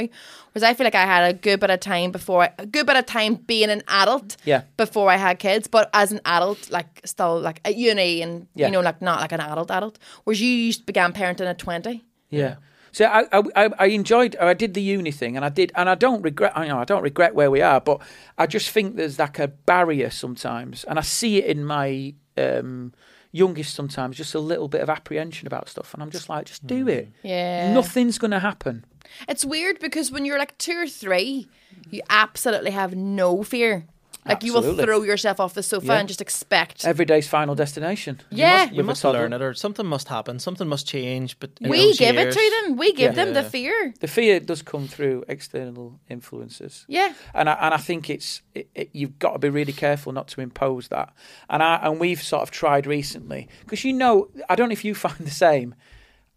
Speaker 1: Whereas I feel like I had a good bit of time before, a good bit of time being an adult.
Speaker 3: Yeah.
Speaker 1: Before I had kids, but as an adult, like still like at uni and
Speaker 3: Yeah.
Speaker 1: you know like not like an adult adult. Whereas you used began parenting at twenty.
Speaker 3: Yeah. So I, I I- I enjoyed I did the uni thing and I did and I don't regret I know I don't regret where we are but I just think there's like a barrier sometimes and I see it in my um, youngest sometimes just a little bit of apprehension about stuff and I'm just like just do it
Speaker 1: Yeah.
Speaker 3: nothing's gonna happen
Speaker 1: It's weird because when you're like two or three, you absolutely have no fear. Like you will
Speaker 3: Absolutely.
Speaker 1: throw yourself off the sofa
Speaker 3: Yeah.
Speaker 1: and just expect.
Speaker 3: every day's final destination
Speaker 1: yeah,
Speaker 2: You must
Speaker 3: toddler.
Speaker 2: learn it, or something must happen. Something must change. But in
Speaker 1: we
Speaker 2: those
Speaker 1: give
Speaker 2: years-
Speaker 1: it to them. We give
Speaker 3: Yeah.
Speaker 1: them the
Speaker 2: Yeah.
Speaker 1: fear.
Speaker 3: the fear does come through external influences
Speaker 1: Yeah,
Speaker 3: and I, and I think it's it, it, you've got to be really careful not to impose that. And I and we've sort of tried recently because you know I don't know if you (laughs) find the same.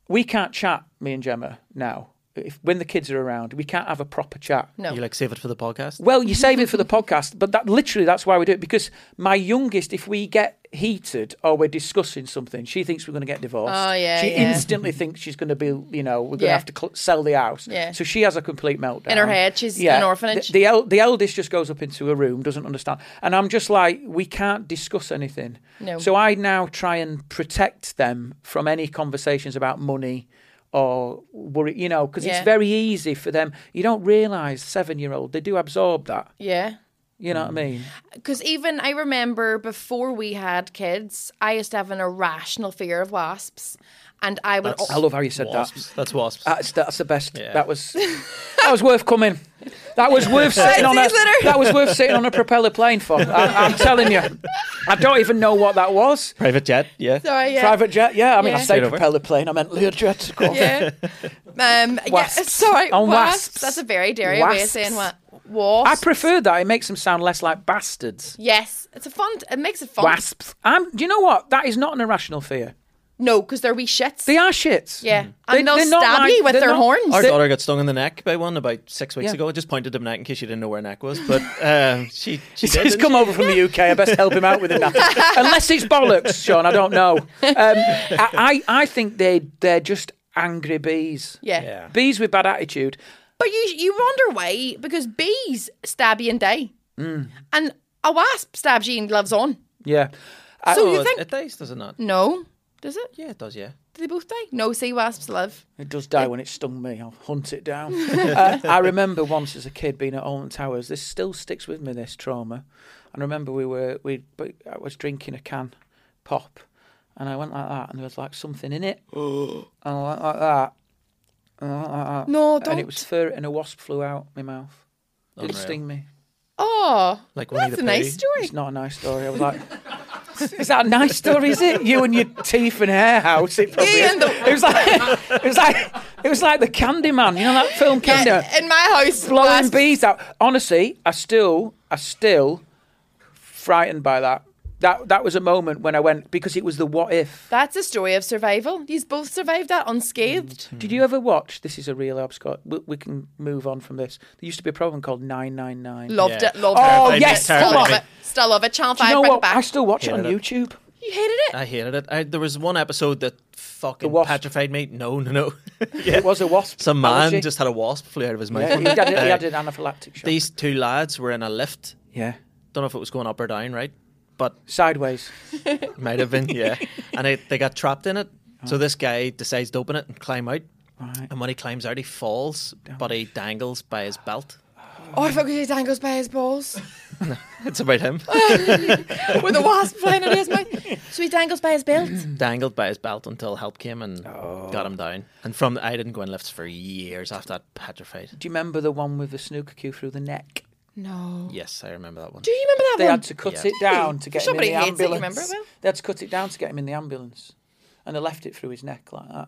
Speaker 3: We can't chat, me and Gemma now. If when the kids are around, we can't have a proper chat.
Speaker 1: no.
Speaker 2: You like save it for the podcast.
Speaker 3: Well, you save it for the (laughs) podcast, but that literally that's why we do it because my youngest, if we get heated or we're discussing something, she thinks we're going to get divorced.
Speaker 1: Oh, yeah,
Speaker 3: she
Speaker 1: yeah.
Speaker 3: instantly thinks she's going to be, you know, we're going to
Speaker 1: Yeah.
Speaker 3: have to cl- sell the house.
Speaker 1: Yeah.
Speaker 3: So she has a complete meltdown
Speaker 1: In her head, she's an orphanage.
Speaker 3: The, the, el- the eldest just goes up into a room, doesn't understand, and I'm just like, we can't discuss anything.
Speaker 1: No.
Speaker 3: So I now try and protect them from any conversations about money. Or worry, you know, because
Speaker 1: Yeah.
Speaker 3: it's very easy for them. You don't realise seven year old, they do absorb that.
Speaker 1: yeah.
Speaker 3: You know
Speaker 2: Mm.
Speaker 3: what I mean?
Speaker 1: Because even I remember before we had kids, I used to have an irrational fear of wasps, and I would.
Speaker 3: I love how you said that.
Speaker 2: wasps. That's wasps.
Speaker 1: Uh,
Speaker 3: That's, that's the best.
Speaker 2: Yeah.
Speaker 3: That was that was worth coming. That
Speaker 1: (laughs)
Speaker 3: was worth sitting on a
Speaker 1: Five days later.
Speaker 3: that was worth sitting on a propeller plane for. I, I'm telling you, I don't even know what that was.
Speaker 2: Private jet. Yeah.
Speaker 1: Sorry, yeah.
Speaker 3: Private jet, yeah. I mean,
Speaker 1: Yeah.
Speaker 3: I say
Speaker 2: Straight over.
Speaker 3: propeller plane. I meant Learjet. of course. (laughs)
Speaker 1: Yeah. Um, Yeah,
Speaker 3: Wasps.
Speaker 1: sorry.
Speaker 3: On
Speaker 1: wasps.
Speaker 3: wasps.
Speaker 1: That's a very dairy way of
Speaker 3: Wasps.
Speaker 1: saying what.
Speaker 3: I
Speaker 1: Wasps.
Speaker 3: prefer that. It makes them sound less like bastards.
Speaker 1: yes, it's a fun. It makes it fun.
Speaker 3: Wasps. I'm, do you know what? That is not an irrational fear.
Speaker 1: No, because they're wee shits.
Speaker 3: They are shits.
Speaker 1: Yeah,
Speaker 3: They-
Speaker 1: and they'll
Speaker 3: Mm. they're
Speaker 1: stab
Speaker 3: not like-
Speaker 1: you with
Speaker 3: they're
Speaker 1: their
Speaker 3: not-
Speaker 1: horns.
Speaker 2: Our
Speaker 3: Sit-
Speaker 2: daughter got stung in the neck by one about six weeks
Speaker 3: Yeah.
Speaker 2: ago. I just pointed to the neck in case you didn't know where neck was, but um,
Speaker 1: (laughs)
Speaker 2: she she did.
Speaker 3: He's
Speaker 2: didn't
Speaker 3: come
Speaker 2: she?
Speaker 3: over from the UK. I best help him out with it now. Unless it's bollocks, Sean. I don't know. Um, I, I I think they they're just angry bees.
Speaker 1: Yeah.
Speaker 2: Yeah.
Speaker 3: Bees with bad attitude.
Speaker 1: But you you wonder why because bees stab you and die,
Speaker 3: Mm.
Speaker 1: and a wasp stabs you and gloves on.
Speaker 3: Yeah. I-
Speaker 1: So
Speaker 2: Oh,
Speaker 1: you
Speaker 2: it-
Speaker 1: think Mm.
Speaker 2: it does, does it not?
Speaker 1: no? Does it?
Speaker 2: Yeah, it does. Yeah.
Speaker 1: Did they both die? No, sea wasps live.
Speaker 3: It does die when it's stung me. I'll hunt it (laughs) down. uh, I remember once as a kid being at Olden Towers. This still sticks with me. This trauma. And I remember we were we I was drinking a can pop, and I went like that, and there was like something in it, (gasps) and I went like that, and I went like that.
Speaker 1: No, don't.
Speaker 3: Uh, And it was fur, and a wasp flew out my mouth. It
Speaker 2: Unreal.
Speaker 3: stung me.
Speaker 1: Oh,
Speaker 2: Like Winnie
Speaker 1: that's
Speaker 2: the
Speaker 1: a nice
Speaker 2: Pooh.
Speaker 1: story.
Speaker 3: It's not a nice story. I
Speaker 1: (laughs)
Speaker 3: was like. Is that a nice story? Is it you and your teeth and hair
Speaker 1: (laughs)
Speaker 3: house? It probably
Speaker 1: You
Speaker 3: is.
Speaker 1: and the-
Speaker 3: (laughs) It was like it was like it was like the Candyman. You know that film Candyman.
Speaker 1: Yeah, in my house,
Speaker 3: blowing
Speaker 1: wasps-
Speaker 3: bees out. Honestly, I still, I still frightened by that. That that was a moment when I went because it was the what if.
Speaker 1: That's a story of survival. These both survived that unscathed.
Speaker 3: Did you ever watch? This is a real abscot. We, we can move on from this. There used to be a program called Nine Nine Nine.
Speaker 1: Loved
Speaker 2: Yeah.
Speaker 1: it. Loved
Speaker 3: Oh,
Speaker 1: it.
Speaker 3: Terrified yes, me,
Speaker 1: still
Speaker 2: terrified
Speaker 1: love
Speaker 2: me.
Speaker 1: it. Still love it. Channel
Speaker 3: Do
Speaker 1: Five,
Speaker 3: you know
Speaker 1: bring
Speaker 3: what? Uh,
Speaker 1: it back.
Speaker 3: I still watch it on
Speaker 2: Hated it.
Speaker 3: YouTube.
Speaker 1: you hated it.
Speaker 2: I hated it. I, there was one episode that fucking
Speaker 3: wasp.
Speaker 2: petrified me. No, no,
Speaker 3: (laughs)
Speaker 2: no. (laughs) yeah.
Speaker 3: It was a wasp.
Speaker 2: Some man
Speaker 3: allergy.
Speaker 2: just had a wasp flew out of his mouth.
Speaker 3: Yeah, (laughs) he, had, he
Speaker 2: Uh,
Speaker 3: had an anaphylactic shock.
Speaker 2: These two lads were in a lift.
Speaker 3: yeah,
Speaker 2: Don't know if it was going up or down, right? But
Speaker 3: sideways.
Speaker 2: it might have been,
Speaker 3: (laughs)
Speaker 2: yeah. And they, they got trapped in it.
Speaker 3: Oh.
Speaker 2: So this guy decides to open it and climb out.
Speaker 3: Right.
Speaker 2: And when he climbs out, he falls, but he dangles by his
Speaker 3: (laughs)
Speaker 2: belt.
Speaker 1: Oh, I forgot he dangles by his balls
Speaker 2: It's about
Speaker 3: (laughs)
Speaker 2: him.
Speaker 1: with a wasp flying out of his mouth. So he dangles by his belt.
Speaker 3: Mm.
Speaker 2: Dangled by his belt until help came and
Speaker 3: Oh.
Speaker 2: got him down. And from I didn't go in lifts for years after that, petrified.
Speaker 3: Do you remember the one with the snooker cue through the neck?
Speaker 1: No.
Speaker 2: Yes, I remember that one.
Speaker 1: Do you remember that
Speaker 3: They
Speaker 1: one?
Speaker 3: had to cut
Speaker 2: Oh, Yeah.
Speaker 3: it down to get him in
Speaker 1: Somebody
Speaker 3: the
Speaker 1: hates it, you
Speaker 3: ambulance.
Speaker 1: remember it, Will?
Speaker 3: They had to cut it down to get him in the ambulance, and they left it through his neck like that.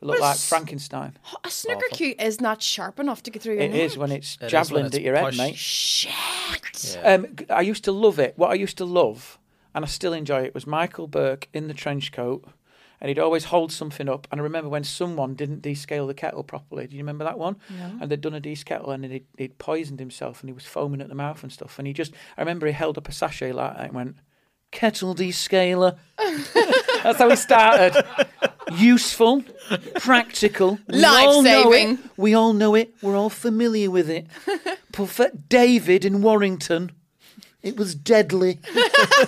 Speaker 3: It
Speaker 1: What a
Speaker 3: looked like
Speaker 1: s-
Speaker 3: Frankenstein.
Speaker 1: Oh, a snooker
Speaker 2: Awful.
Speaker 1: cue is not sharp enough to get through your
Speaker 3: It
Speaker 1: neck.
Speaker 3: is when it's
Speaker 2: It is
Speaker 3: javelined
Speaker 2: when it's
Speaker 3: at your head,
Speaker 2: pushed.
Speaker 3: mate.
Speaker 1: Shit.
Speaker 2: Yeah.
Speaker 3: Um, g- I used to love it. What I used to love, and I still enjoy it, was Michael Burke in the trench coat, and he'd always hold something up. And I remember when someone didn't descale the kettle properly. Do you remember that one?
Speaker 1: No.
Speaker 3: And they'd done a descale, and he'd, he'd poisoned himself, and he was foaming at the mouth and stuff. And he just, I remember he held up a sachet like that and went, "Kettle descaler." That's how he started. Useful, practical, we all know it.
Speaker 1: Life-saving.
Speaker 3: We all know it. We're all familiar with it. Prophet David in Warrington. It was deadly. (laughs)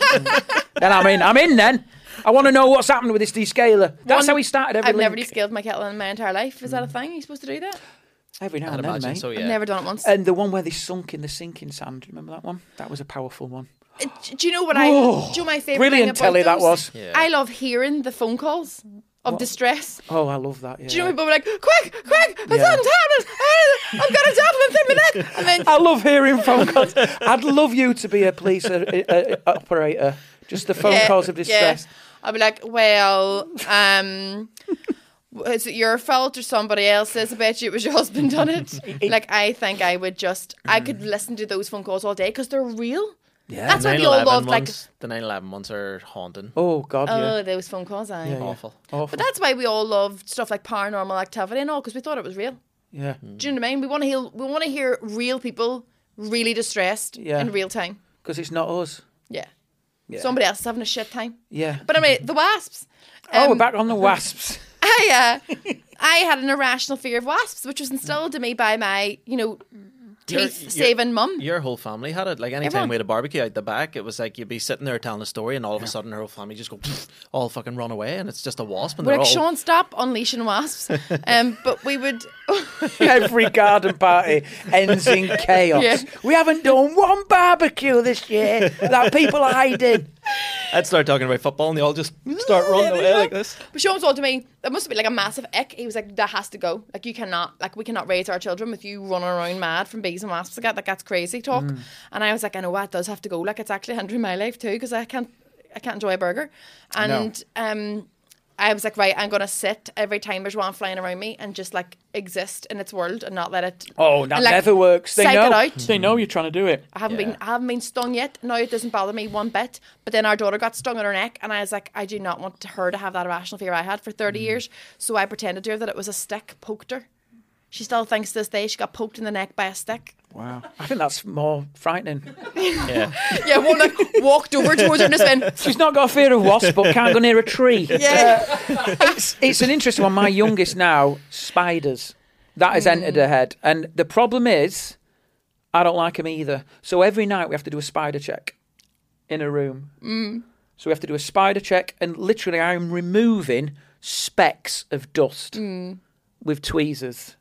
Speaker 3: then I'm in. I'm in. Then I want to know what's happened with this descaler. That's
Speaker 1: One-
Speaker 3: how he started. Every
Speaker 1: I've never
Speaker 3: link. Mm.
Speaker 1: descaled my kettle in my entire life. Is that a thing? Are you supposed to do that?
Speaker 3: every now
Speaker 2: I'd
Speaker 3: and then,
Speaker 2: imagine
Speaker 3: mate.
Speaker 2: so, yeah.
Speaker 1: I've never done it once.
Speaker 3: And the one where they sunk in the sinking sand. Do you remember that one? That was a powerful one.
Speaker 1: Uh, d- do you know what I?
Speaker 3: Whoa.
Speaker 1: Do you know my favorite
Speaker 3: Brilliant
Speaker 1: thing about
Speaker 3: telly that
Speaker 1: those?
Speaker 3: was.
Speaker 2: Yeah.
Speaker 1: I love hearing the phone calls of distress.
Speaker 3: Oh, I love that. Yeah.
Speaker 1: Do you know people were like, quick, quick, it's
Speaker 3: Yeah.
Speaker 1: on tablet. I've got a tablet in my neck. And then
Speaker 3: (laughs) I love hearing phone calls. I'd love you to be a police uh, uh, uh, operator. Just the phone
Speaker 1: Yeah,
Speaker 3: calls of distress.
Speaker 1: Yeah. I'll be like, well, um, (laughs) is it your fault or somebody else's? I bet you it was your husband done
Speaker 3: (laughs)
Speaker 1: it. like, I think I would just, I could
Speaker 3: Mm.
Speaker 1: listen to those phone calls all day because they're real.
Speaker 3: Yeah.
Speaker 1: That's why we all
Speaker 2: 9/11
Speaker 1: loved, like,
Speaker 2: ones, the 9/11 ones are haunting,
Speaker 3: Oh God,
Speaker 1: oh,
Speaker 3: yeah.
Speaker 1: those phone calls, I.
Speaker 3: Yeah.
Speaker 2: awful.
Speaker 3: Awful.
Speaker 1: Oh, But that's why we all loved stuff like paranormal activity and all because we thought it was real.
Speaker 3: yeah.
Speaker 1: Do you know what I mean? We want to hear, we want to hear real people really distressed
Speaker 3: Yeah.
Speaker 1: in real time.
Speaker 3: Because it's not us.
Speaker 1: Yeah.
Speaker 3: Yeah.
Speaker 1: Somebody else is having a shit time.
Speaker 3: Yeah.
Speaker 1: But anyway, the wasps.
Speaker 3: oh, we're
Speaker 1: um,
Speaker 3: back on the wasps. (laughs)
Speaker 1: I uh, I had an irrational fear of wasps, which was instilled in me by my, you know,
Speaker 2: You're-
Speaker 1: teeth saving mum.
Speaker 2: Your whole family had it. Like anytime
Speaker 1: Everyone.
Speaker 2: we had a barbecue out the back, it was like you'd be sitting there telling a story, and all of a sudden her whole family just go (laughs) all fucking run away, and it's just a wasp, and
Speaker 1: We're
Speaker 2: they're
Speaker 1: like,
Speaker 2: all
Speaker 1: Sean, stop unleashing wasps.
Speaker 2: (laughs)
Speaker 1: Um, but we would.
Speaker 3: Every garden party
Speaker 1: (laughs)
Speaker 3: ends in chaos.
Speaker 1: Yeah.
Speaker 3: We haven't done one barbecue this year that people are hiding.
Speaker 2: I'd start talking about football, and they
Speaker 1: (laughs)
Speaker 2: all just start running away like this.
Speaker 1: But Sean told me that must have been like a massive ick. He was like, "That has to go. Like you cannot, like we cannot raise our children with you running around mad from bees and wasps. Like that, like that's crazy talk." And I was like, "I know that does have to go. Like it's actually hindering my life too because I can't, I can't enjoy a burger." And um, I was like, "Right, I'm gonna sit every time there's one flying around me and just like exist in its world and not let it."
Speaker 3: Oh, that
Speaker 1: and, like,
Speaker 3: never works. They
Speaker 1: psych
Speaker 3: know.
Speaker 1: it out.
Speaker 3: They know you're trying to do it.
Speaker 1: I haven't
Speaker 2: Yeah.
Speaker 1: been I haven't been stung yet. No, it doesn't bother me one bit. But then our daughter got stung on her neck, and I was like, I do not want her to have that irrational fear I had for thirty years. So I pretended to her that it was a stick poked her. She still thinks to this day she got poked in the neck by a stick.
Speaker 3: Wow. I think that's more frightening.
Speaker 2: Yeah,
Speaker 1: Yeah, one like walked over towards her and just went,
Speaker 3: She's not got a fear of wasps, but can't go near a tree.
Speaker 1: "Yeah,
Speaker 3: it's, it's an interesting one. My youngest now, spiders. That has entered her head. And the problem is, I don't like them either. So every night we have to do a spider check in a room. So we have to do a spider check, and literally, I'm removing specks of dust with tweezers.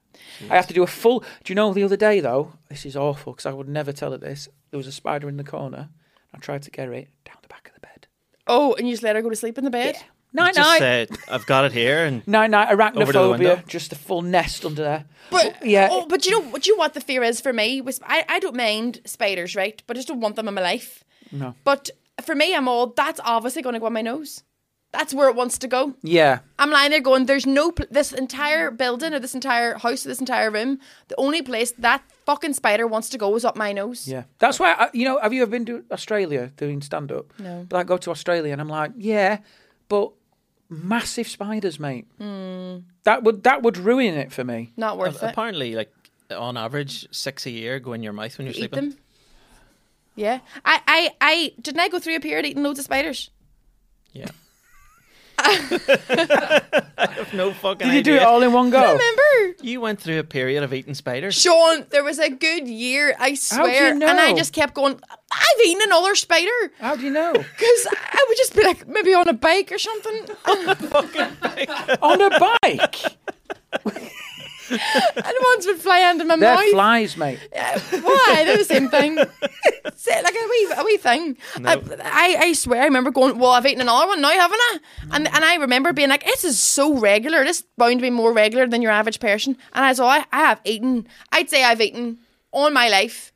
Speaker 3: I have to do a full. Do you know the other day though? This is awful because I would never tell it this. There was a spider in the corner. I tried to get it down the back of the bed.
Speaker 1: Oh, and you just let her go to sleep in the bed?
Speaker 3: Night
Speaker 4: Just
Speaker 3: night.
Speaker 4: say, I've got it here, and
Speaker 3: Night night
Speaker 4: Over to the window.
Speaker 3: arachnophobia, just a full nest under there.
Speaker 1: But
Speaker 3: yeah.
Speaker 1: oh, but you know, what you know what the fear is for me? With, I I don't mind spiders, right? But I just don't want them in my life.
Speaker 3: No.
Speaker 1: But for me, I'm all that's obviously going to go on my nose. That's where it wants to go.
Speaker 3: Yeah,
Speaker 1: I'm lying there going, there's no pl- this entire building or this entire house or this entire room. The only place that fucking spider wants to go is up my nose.
Speaker 3: yeah. That's why I, you know. Have you ever been to Australia doing stand up?
Speaker 1: No.
Speaker 3: But I go to Australia and I'm like, yeah, but massive spiders, mate.
Speaker 1: Hmm.
Speaker 3: That would that would ruin it for me.
Speaker 1: Not (laughs) worth it.
Speaker 2: Apparently, like on average, six a year go in your mouth when you're
Speaker 1: Eat
Speaker 2: sleeping.
Speaker 1: them. Yeah, I, I, I didn't I go through a period eating loads of spiders. (laughs)
Speaker 2: Yeah. (laughs) I have no fucking
Speaker 3: Did you do it
Speaker 2: idea.
Speaker 3: all in one go?
Speaker 1: Remember,
Speaker 2: You went through a period of eating spiders.
Speaker 1: Sean, there was a good year, I
Speaker 3: How do you
Speaker 1: swear, and I
Speaker 3: know?
Speaker 1: just kept going. I've eaten another spider
Speaker 3: How do you know? (laughs)
Speaker 1: because I would just be like maybe on a bike or something.
Speaker 3: on a
Speaker 1: (laughs)
Speaker 3: bike?
Speaker 1: and ones would fly under my
Speaker 3: They're
Speaker 1: mouth.
Speaker 3: flies, mate.
Speaker 1: Uh, Why? They're the same thing. It's like a wee, a wee thing. I, I, I swear, I remember going, well, I've eaten another one now, haven't I? And and I remember being like, this is so regular. This is bound to be more regular than your average person. And I was all, I, I have eaten, I'd say I've eaten all my life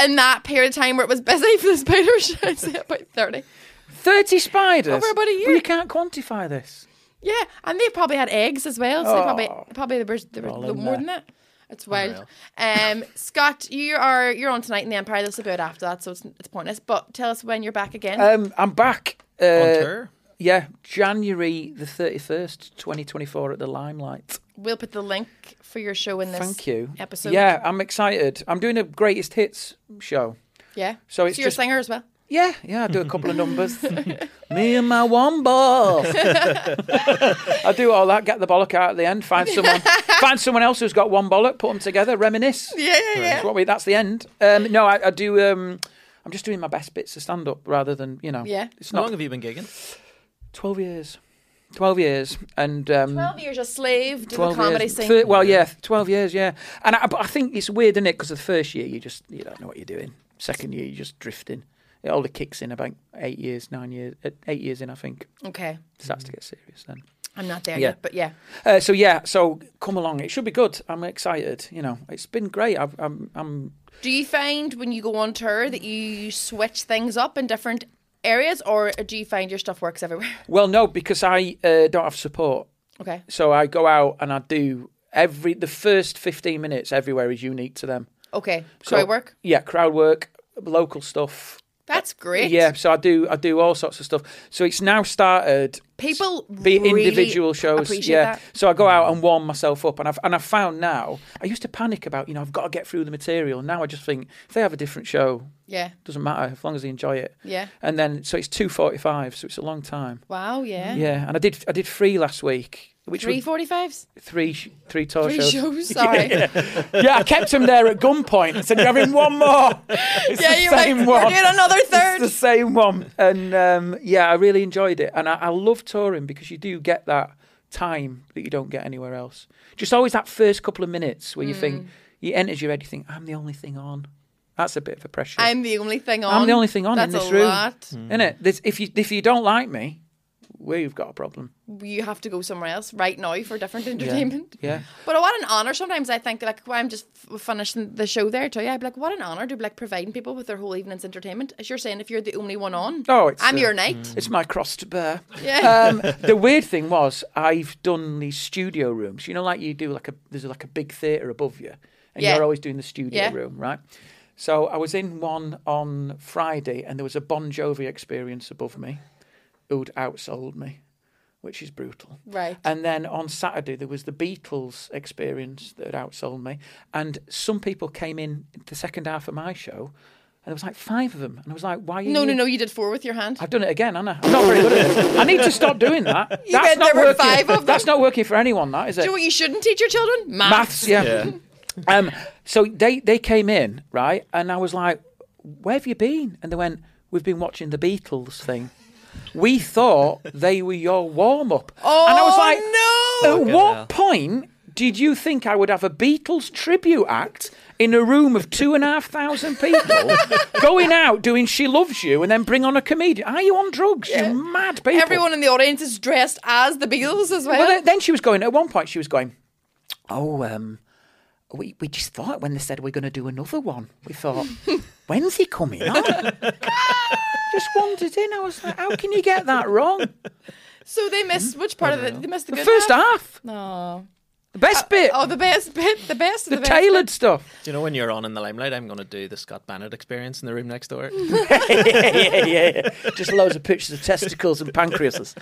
Speaker 1: in that period of time where it was busy (laughs) for the spiders. I'd say about 30.
Speaker 3: Thirty spiders
Speaker 1: Over about a year.
Speaker 3: But you can't quantify this.
Speaker 1: Yeah, and they probably had eggs as well. So they
Speaker 3: Oh.
Speaker 1: probably probably there was, there was
Speaker 3: All
Speaker 1: more
Speaker 3: in
Speaker 1: than
Speaker 3: there.
Speaker 1: that. It's wild. Um, Scott, you are you're on tonight in the Empire. This will be out after that, so it's, it's pointless. But tell us when you're back again.
Speaker 3: Um, I'm back. Uh,
Speaker 2: on tour.
Speaker 3: Yeah, January the thirty first, twenty twenty four, at the Limelight.
Speaker 1: we'll put the link for your show in this.
Speaker 3: Thank you.
Speaker 1: Episode.
Speaker 3: Yeah, I'm excited. I'm doing a greatest hits show.
Speaker 1: Yeah.
Speaker 3: So it's
Speaker 1: you're
Speaker 3: just-
Speaker 1: a singer as well.
Speaker 3: Yeah, yeah, I do a couple of
Speaker 1: (laughs)
Speaker 3: numbers. Me and my wombo. I do all that. Get the bollock out at the end.
Speaker 1: (laughs)
Speaker 3: Find someone. find someone else who's got one bollock. Put them together. Reminisce.
Speaker 1: Yeah, yeah,
Speaker 3: That's what we. That's the end. Um, no, I, I do. Um, I'm just doing my best bits of stand up rather than you know.
Speaker 1: Yeah.
Speaker 3: It's
Speaker 2: How long
Speaker 3: not
Speaker 2: have you been gigging?
Speaker 3: twelve years. Twelve years and. Um,
Speaker 1: Twelve years a slave to the
Speaker 3: 12
Speaker 1: comedy
Speaker 3: years.
Speaker 1: scene.
Speaker 3: Thir- well, yeah, twelve years, yeah. And I, but I think it's weird, isn't it? Because the first year you just you don't know what you're doing. Second year you're just drifting. It only kicks in about eight years, nine years, eh, eight years in. I think
Speaker 1: okay,
Speaker 3: it starts to get serious then.
Speaker 1: I'm not there
Speaker 3: Yeah.
Speaker 1: yet, but yeah,
Speaker 3: Uh, so yeah, so come along. It should be good. I'm excited. You know, it's been great. I've, I'm, I'm.
Speaker 1: do you find when you go on tour that you switch things up in different areas, or do you find your stuff works everywhere? (laughs)
Speaker 3: Well, no, because I uh, don't have support.
Speaker 1: Okay,
Speaker 3: So I go out and I do every the first fifteen minutes everywhere is unique to them.
Speaker 1: okay, so
Speaker 3: So
Speaker 1: I work.
Speaker 3: Yeah, crowd work, local stuff.
Speaker 1: That's great.
Speaker 3: Uh, Yeah, so I do I do all sorts of stuff. So it's now started
Speaker 1: people
Speaker 3: the
Speaker 1: really
Speaker 3: individual shows.
Speaker 1: Appreciate
Speaker 3: yeah.
Speaker 1: that.
Speaker 3: So I go out and warm myself up and I've and I've found now I used to panic about, you know, I've got to get through the material. Now I just think if they have a different show,
Speaker 1: Yeah,
Speaker 3: doesn't matter, as long as they enjoy it.
Speaker 1: yeah.
Speaker 3: And then so it's two forty five, so it's a long time.
Speaker 1: Wow, yeah.
Speaker 3: Yeah. And I did I did three last week. Which
Speaker 1: Three
Speaker 3: was
Speaker 1: forty fives.
Speaker 3: three sh- three talk
Speaker 1: Three
Speaker 3: shows.
Speaker 1: shows.
Speaker 3: (laughs)
Speaker 1: Sorry. Yeah,
Speaker 3: yeah, I kept them there at gunpoint. I said, You're having one
Speaker 1: (laughs)
Speaker 3: more. It's the
Speaker 1: you're right.
Speaker 3: same
Speaker 1: We're
Speaker 3: one.
Speaker 1: doing another
Speaker 3: It's the
Speaker 1: third.
Speaker 3: same one. And um, yeah, I really enjoyed it. And I, I love touring because you do get that time that you don't get anywhere else. Just always that first couple of minutes where you
Speaker 1: Hmm.
Speaker 3: think, you enters your head, you think, I'm the only thing on. That's a bit of a pressure.
Speaker 1: I'm the only thing on.
Speaker 3: I'm the only thing on in
Speaker 1: That's
Speaker 3: this
Speaker 1: a
Speaker 3: room.
Speaker 1: lot.
Speaker 3: Isn't it? This, if, you, if you don't like me, we've got a problem.
Speaker 1: You have to go somewhere else right now for different entertainment.
Speaker 3: Yeah.
Speaker 1: But what an honor. Sometimes I think like well, I'm just f- finishing the show there too. I'd be like, what an honor to be like providing people with their whole evening's entertainment. As you're saying, if you're the only one on,
Speaker 3: Oh, it's,
Speaker 1: I'm
Speaker 3: uh,
Speaker 1: your night.
Speaker 3: It's my cross to bear.
Speaker 1: Yeah.
Speaker 3: Um, the weird thing was, I've done these studio rooms. You know, like you do, like a there's like a big theatre above you, and
Speaker 1: Yeah.
Speaker 3: you're always doing the studio
Speaker 1: Yeah.
Speaker 3: room, right? So I was in one on Friday, and there was a Bon Jovi experience above me, who'd outsold me, which is brutal.
Speaker 1: Right.
Speaker 3: And then on Saturday there was the Beatles experience that had outsold me, and some people came in the second half of my show, and there was like five of them, and I was like, "Why are you?"
Speaker 1: no, no,
Speaker 3: here?
Speaker 1: no. You did four with your hand.
Speaker 3: I've done it again, haven't I? I'm not very good at it. I need to stop doing that.
Speaker 1: (laughs) You bet there were
Speaker 3: working.
Speaker 1: five of them.
Speaker 3: That's not working for anyone, that is
Speaker 1: Do
Speaker 3: it?
Speaker 1: you know what you shouldn't teach your children? Maths.
Speaker 3: Maths, yeah.
Speaker 2: Yeah.
Speaker 3: (laughs) Um, so they, they came in, right? And I was like, Where have you been? And they went, We've been watching the Beatles thing. we thought they were your warm up.
Speaker 1: Oh,
Speaker 3: and I was like,
Speaker 1: no.
Speaker 3: At
Speaker 2: Fucking
Speaker 3: what
Speaker 2: hell.
Speaker 3: point did you think I would have a Beatles tribute act in a room of two and a half thousand people going out doing She Loves You and then bring on a comedian? Are you on drugs? You mad people.
Speaker 1: Everyone in the audience is dressed as the Beatles as well.
Speaker 3: Well, then- then she was going, at one point, she was going, Oh, um, we, we just thought when they said we're going to do another one, we (laughs) thought, when's he coming (laughs) on? just wandered in. I was like, How can you get that (laughs) wrong?
Speaker 1: so they missed which part of it? They missed the,
Speaker 3: Mm-hmm. Oh, The
Speaker 1: good
Speaker 3: first
Speaker 1: half.
Speaker 3: half,
Speaker 1: No.
Speaker 3: the best bit,
Speaker 1: Oh, the best bit, the best of
Speaker 3: Uh, the
Speaker 1: the, best.
Speaker 3: tailored stuff.
Speaker 2: Do you know when you're on in the limelight, I'm going to do the Scott Bannett experience in the room next door.
Speaker 3: (laughs) yeah, yeah, yeah. Just loads of pictures of testicles and pancreases.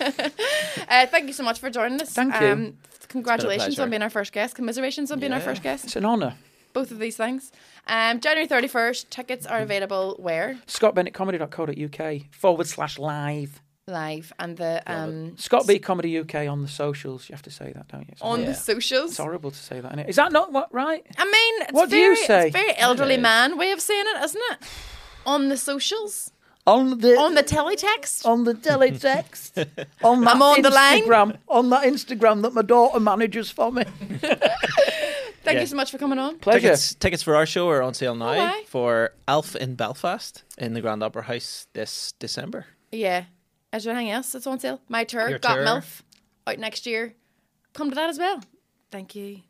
Speaker 1: Uh, thank you so much for joining us. Um,
Speaker 3: Thank you.
Speaker 1: congratulations on
Speaker 2: pleasure.
Speaker 1: being our first guest. Commiserations on being our
Speaker 2: Yeah.
Speaker 1: first guest.
Speaker 3: (laughs) It's an honour.
Speaker 1: Both of these things. Um, January 31st, tickets
Speaker 3: Mm-hmm.
Speaker 1: are available where?
Speaker 3: ScottBennettComedy.co.uk forward slash live.
Speaker 1: Live and the um,
Speaker 3: Scott B Comedy UK on the socials. You have to say that, don't you? It's,
Speaker 1: on
Speaker 2: Yeah.
Speaker 1: the socials.
Speaker 3: it's horrible to say that, innit? Is that not what right?
Speaker 1: I mean, it's
Speaker 3: What do
Speaker 1: very,
Speaker 3: you say?
Speaker 1: It's very elderly
Speaker 2: is.
Speaker 1: man way of saying it, isn't it? On the socials,
Speaker 3: On the
Speaker 1: on the teletext.
Speaker 3: on the
Speaker 1: (laughs)
Speaker 3: teletext, on that
Speaker 1: I'm on the line.
Speaker 3: Instagram, on that Instagram that my daughter manages for me.
Speaker 1: Thank
Speaker 2: Yeah.
Speaker 1: you so much for coming on.
Speaker 3: Pleasure.
Speaker 2: Tickets, tickets for our show are on sale now
Speaker 1: Oh, aye.
Speaker 2: for Alf in Belfast in the Grand Opera House this December.
Speaker 1: Yeah. Is there anything else that's on sale? My tour,
Speaker 2: Your
Speaker 1: Got
Speaker 2: tour.
Speaker 1: MILF, out next year. Come to that as well. Thank you.